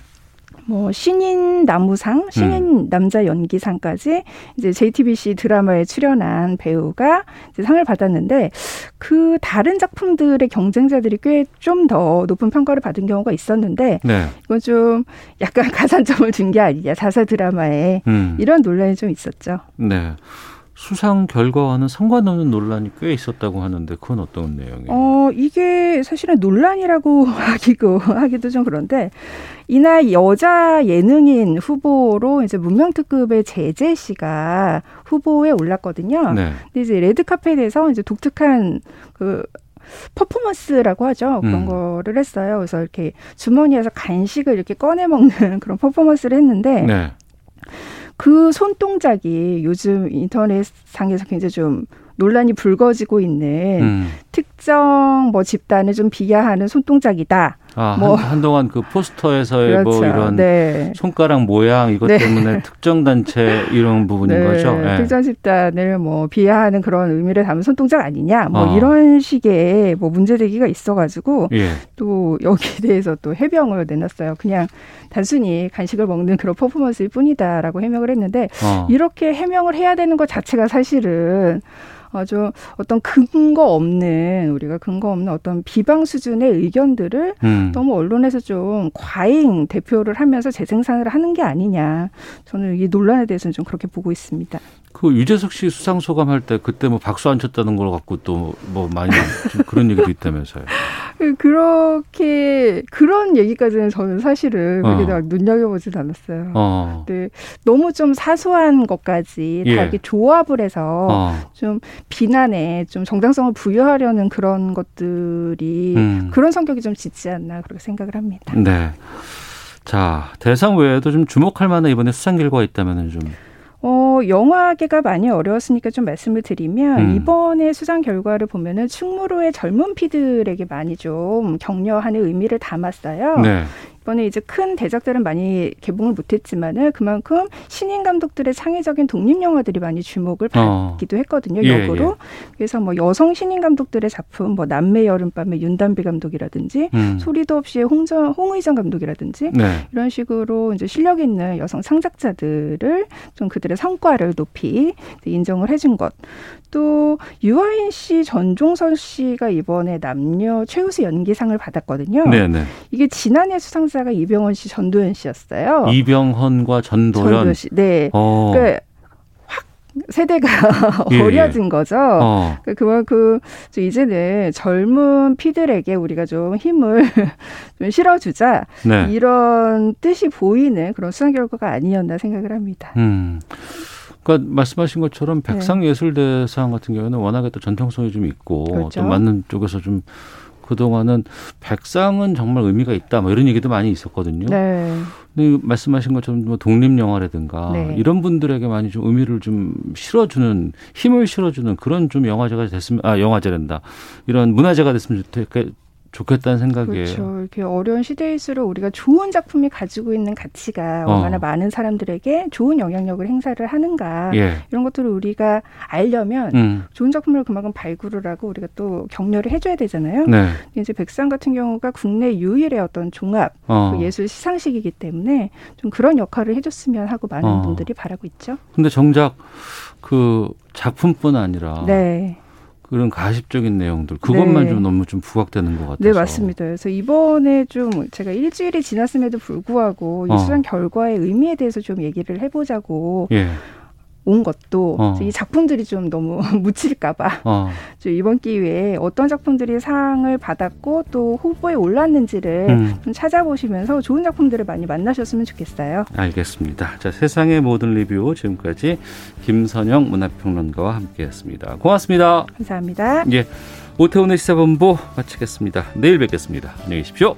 Speaker 5: 뭐 신인 나무상, 신인 음. 남자 연기상까지 이제 JTBC 드라마에 출연한 배우가 이제 상을 받았는데 그 다른 작품들의 경쟁자들이 꽤 좀 더 높은 평가를 받은 경우가 있었는데 네. 이건 좀 약간 [LAUGHS] 가산점을 준 게 아니냐 자사 드라마에 음. 이런 논란이 좀 있었죠.
Speaker 2: 네. 수상 결과와는 상관없는 논란이 꽤 있었다고 하는데 그건 어떤 내용이에요?
Speaker 5: 어, 이게 사실은 논란이라고 [LAUGHS] 하기고 하기도 좀 그런데 이날 여자 예능인 후보로 이제 문명특급의 제재 씨가 후보에 올랐거든요. 네. 근데 이제 레드카펫에서 이제 독특한 그 퍼포먼스라고 하죠. 그런 음. 거를 했어요. 그래서 이렇게 주머니에서 간식을 이렇게 꺼내 먹는 [LAUGHS] 그런 퍼포먼스를 했는데 네. 그 손동작이 요즘 인터넷상에서 굉장히 좀 논란이 불거지고 있는 음. 특정 뭐 집단을 좀 비하하는 손동작이다.
Speaker 2: 아, 뭐 한, 동안그 포스터에서의 그렇죠. 뭐 이런 네. 손가락 모양 이것 네. 때문에 특정 단체 이런 부분인 네. 거죠.
Speaker 5: 특정 집단을 뭐 비하하는 그런 의미를 담은 손동작 아니냐. 뭐 어. 이런 식의 뭐 문제제기가 있어가지고 예. 또 여기에 대해서 또 해명을 내놨어요. 그냥 단순히 간식을 먹는 그런 퍼포먼스일 뿐이다라고 해명을 했는데 어. 이렇게 해명을 해야 되는 것 자체가 사실은 아주 어떤 근거 없는 우리가 근거 없는 어떤 비방 수준의 의견들을 음. 너무 언론에서 좀 과잉 대표를 하면서 재생산을 하는 게 아니냐 저는 이 논란에 대해서는 좀 그렇게 보고 있습니다.
Speaker 2: 그 유재석 씨 수상 소감할 때 그때 뭐 박수 안 쳤다는 걸 갖고 또 뭐 많이 그런 얘기도
Speaker 5: [LAUGHS]
Speaker 2: 있다면서요.
Speaker 5: 그렇게 그런 얘기까지는 저는 사실은 그렇게 어. 눈여겨보진 않았어요. 어. 근데 너무 좀 사소한 것까지 다 예. 이렇게 조합을 해서 어. 좀 비난에 좀 정당성을 부여하려는 그런 것들이 음. 그런 성격이 좀 짙지 않나 그렇게 생각을 합니다.
Speaker 2: 네. 자 대상 외에도 좀 주목할 만한 이번에 수상 결과 있다면은 좀
Speaker 5: 어, 영화계가 많이 어려웠으니까 좀 말씀을 드리면 음. 이번에 수상 결과를 보면은 충무로의 젊은 피들에게 많이 좀 격려하는 의미를 담았어요. 네. 이번에 이제 큰 대작들은 많이 개봉을 못했지만은 그만큼 신인 감독들의 창의적인 독립 영화들이 많이 주목을 받기도 어. 했거든요 예, 역으로 예. 그래서 뭐 여성 신인 감독들의 작품 뭐 남매 여름밤의 윤담비 감독이라든지 음. 소리도 없이의 홍정 홍의정 감독이라든지 네. 이런 식으로 이제 실력 있는 여성 창작자들을 좀 그들의 성과를 높이 인정을 해준 것. 또 유아인 씨, 전종선 씨가 이번에 남녀 최우수 연기상을 받았거든요.
Speaker 2: 네네.
Speaker 5: 이게 지난해 수상자가 이병헌 씨, 전도연 씨였어요.
Speaker 2: 이병헌과 전도연. 전도연
Speaker 5: 씨, 네. 어. 그러니까 세대가 [LAUGHS] 예, 어려진 거죠. 어. 그만큼 이제는 젊은 피들에게 우리가 좀 힘을 [LAUGHS] 좀 실어주자 네. 이런 뜻이 보이는 그런 수상 결과가 아니었나 생각을 합니다.
Speaker 2: 음. 그러니까 말씀하신 것처럼
Speaker 5: 네.
Speaker 2: 백상예술대상 같은 경우에는 워낙에 또 전통성이 좀 있고 그렇죠. 또 맞는 쪽에서 좀 그동안은 백상은 정말 의미가 있다 뭐 이런 얘기도 많이 있었거든요.
Speaker 5: 네.
Speaker 2: 근데 말씀하신 것처럼 뭐 독립 영화라든가 네. 이런 분들에게 많이 좀 의미를 좀 실어주는 힘을 실어주는 그런 좀 영화제가 됐으면 아 영화제란다 이런 문화제가 됐으면 좋겠. 좋겠다는 생각이에요.
Speaker 5: 그렇죠. 이렇게 어려운 시대일수록 우리가 좋은 작품이 가지고 있는 가치가 어. 얼마나 많은 사람들에게 좋은 영향력을 행사를 하는가 예. 이런 것들을 우리가 알려면 음. 좋은 작품을 그만큼 발굴을 하고 우리가 또 격려를 해줘야 되잖아요.
Speaker 2: 네.
Speaker 5: 이제 백상 같은 경우가 국내 유일의 어떤 종합 어. 그 예술 시상식이기 때문에 좀 그런 역할을 해줬으면 하고 많은 어. 분들이 바라고 있죠.
Speaker 2: 근데 정작 그 작품뿐 아니라
Speaker 5: 네.
Speaker 2: 그런 가십적인 내용들 그것만 네. 좀 너무 좀 부각되는 것 같아서
Speaker 5: 네 맞습니다. 그래서 이번에 좀 제가 일주일이 지났음에도 불구하고 어. 이 수상 결과의 의미에 대해서 좀 얘기를 해보자고
Speaker 2: 예.
Speaker 5: 온 것도 어. 이 작품들이 좀 너무 [LAUGHS] 묻힐까봐 어. 이번 기회에 어떤 작품들이 상을 받았고 또 후보에 올랐는지를 음. 좀 찾아보시면서 좋은 작품들을 많이 만나셨으면 좋겠어요.
Speaker 2: 알겠습니다. 자 세상의 모든 리뷰 지금까지 김선영 문화평론가와 함께했습니다. 고맙습니다.
Speaker 5: 감사합니다.
Speaker 2: 예, 오태훈의 시사본부 마치겠습니다. 내일 뵙겠습니다. 안녕히 계십시오.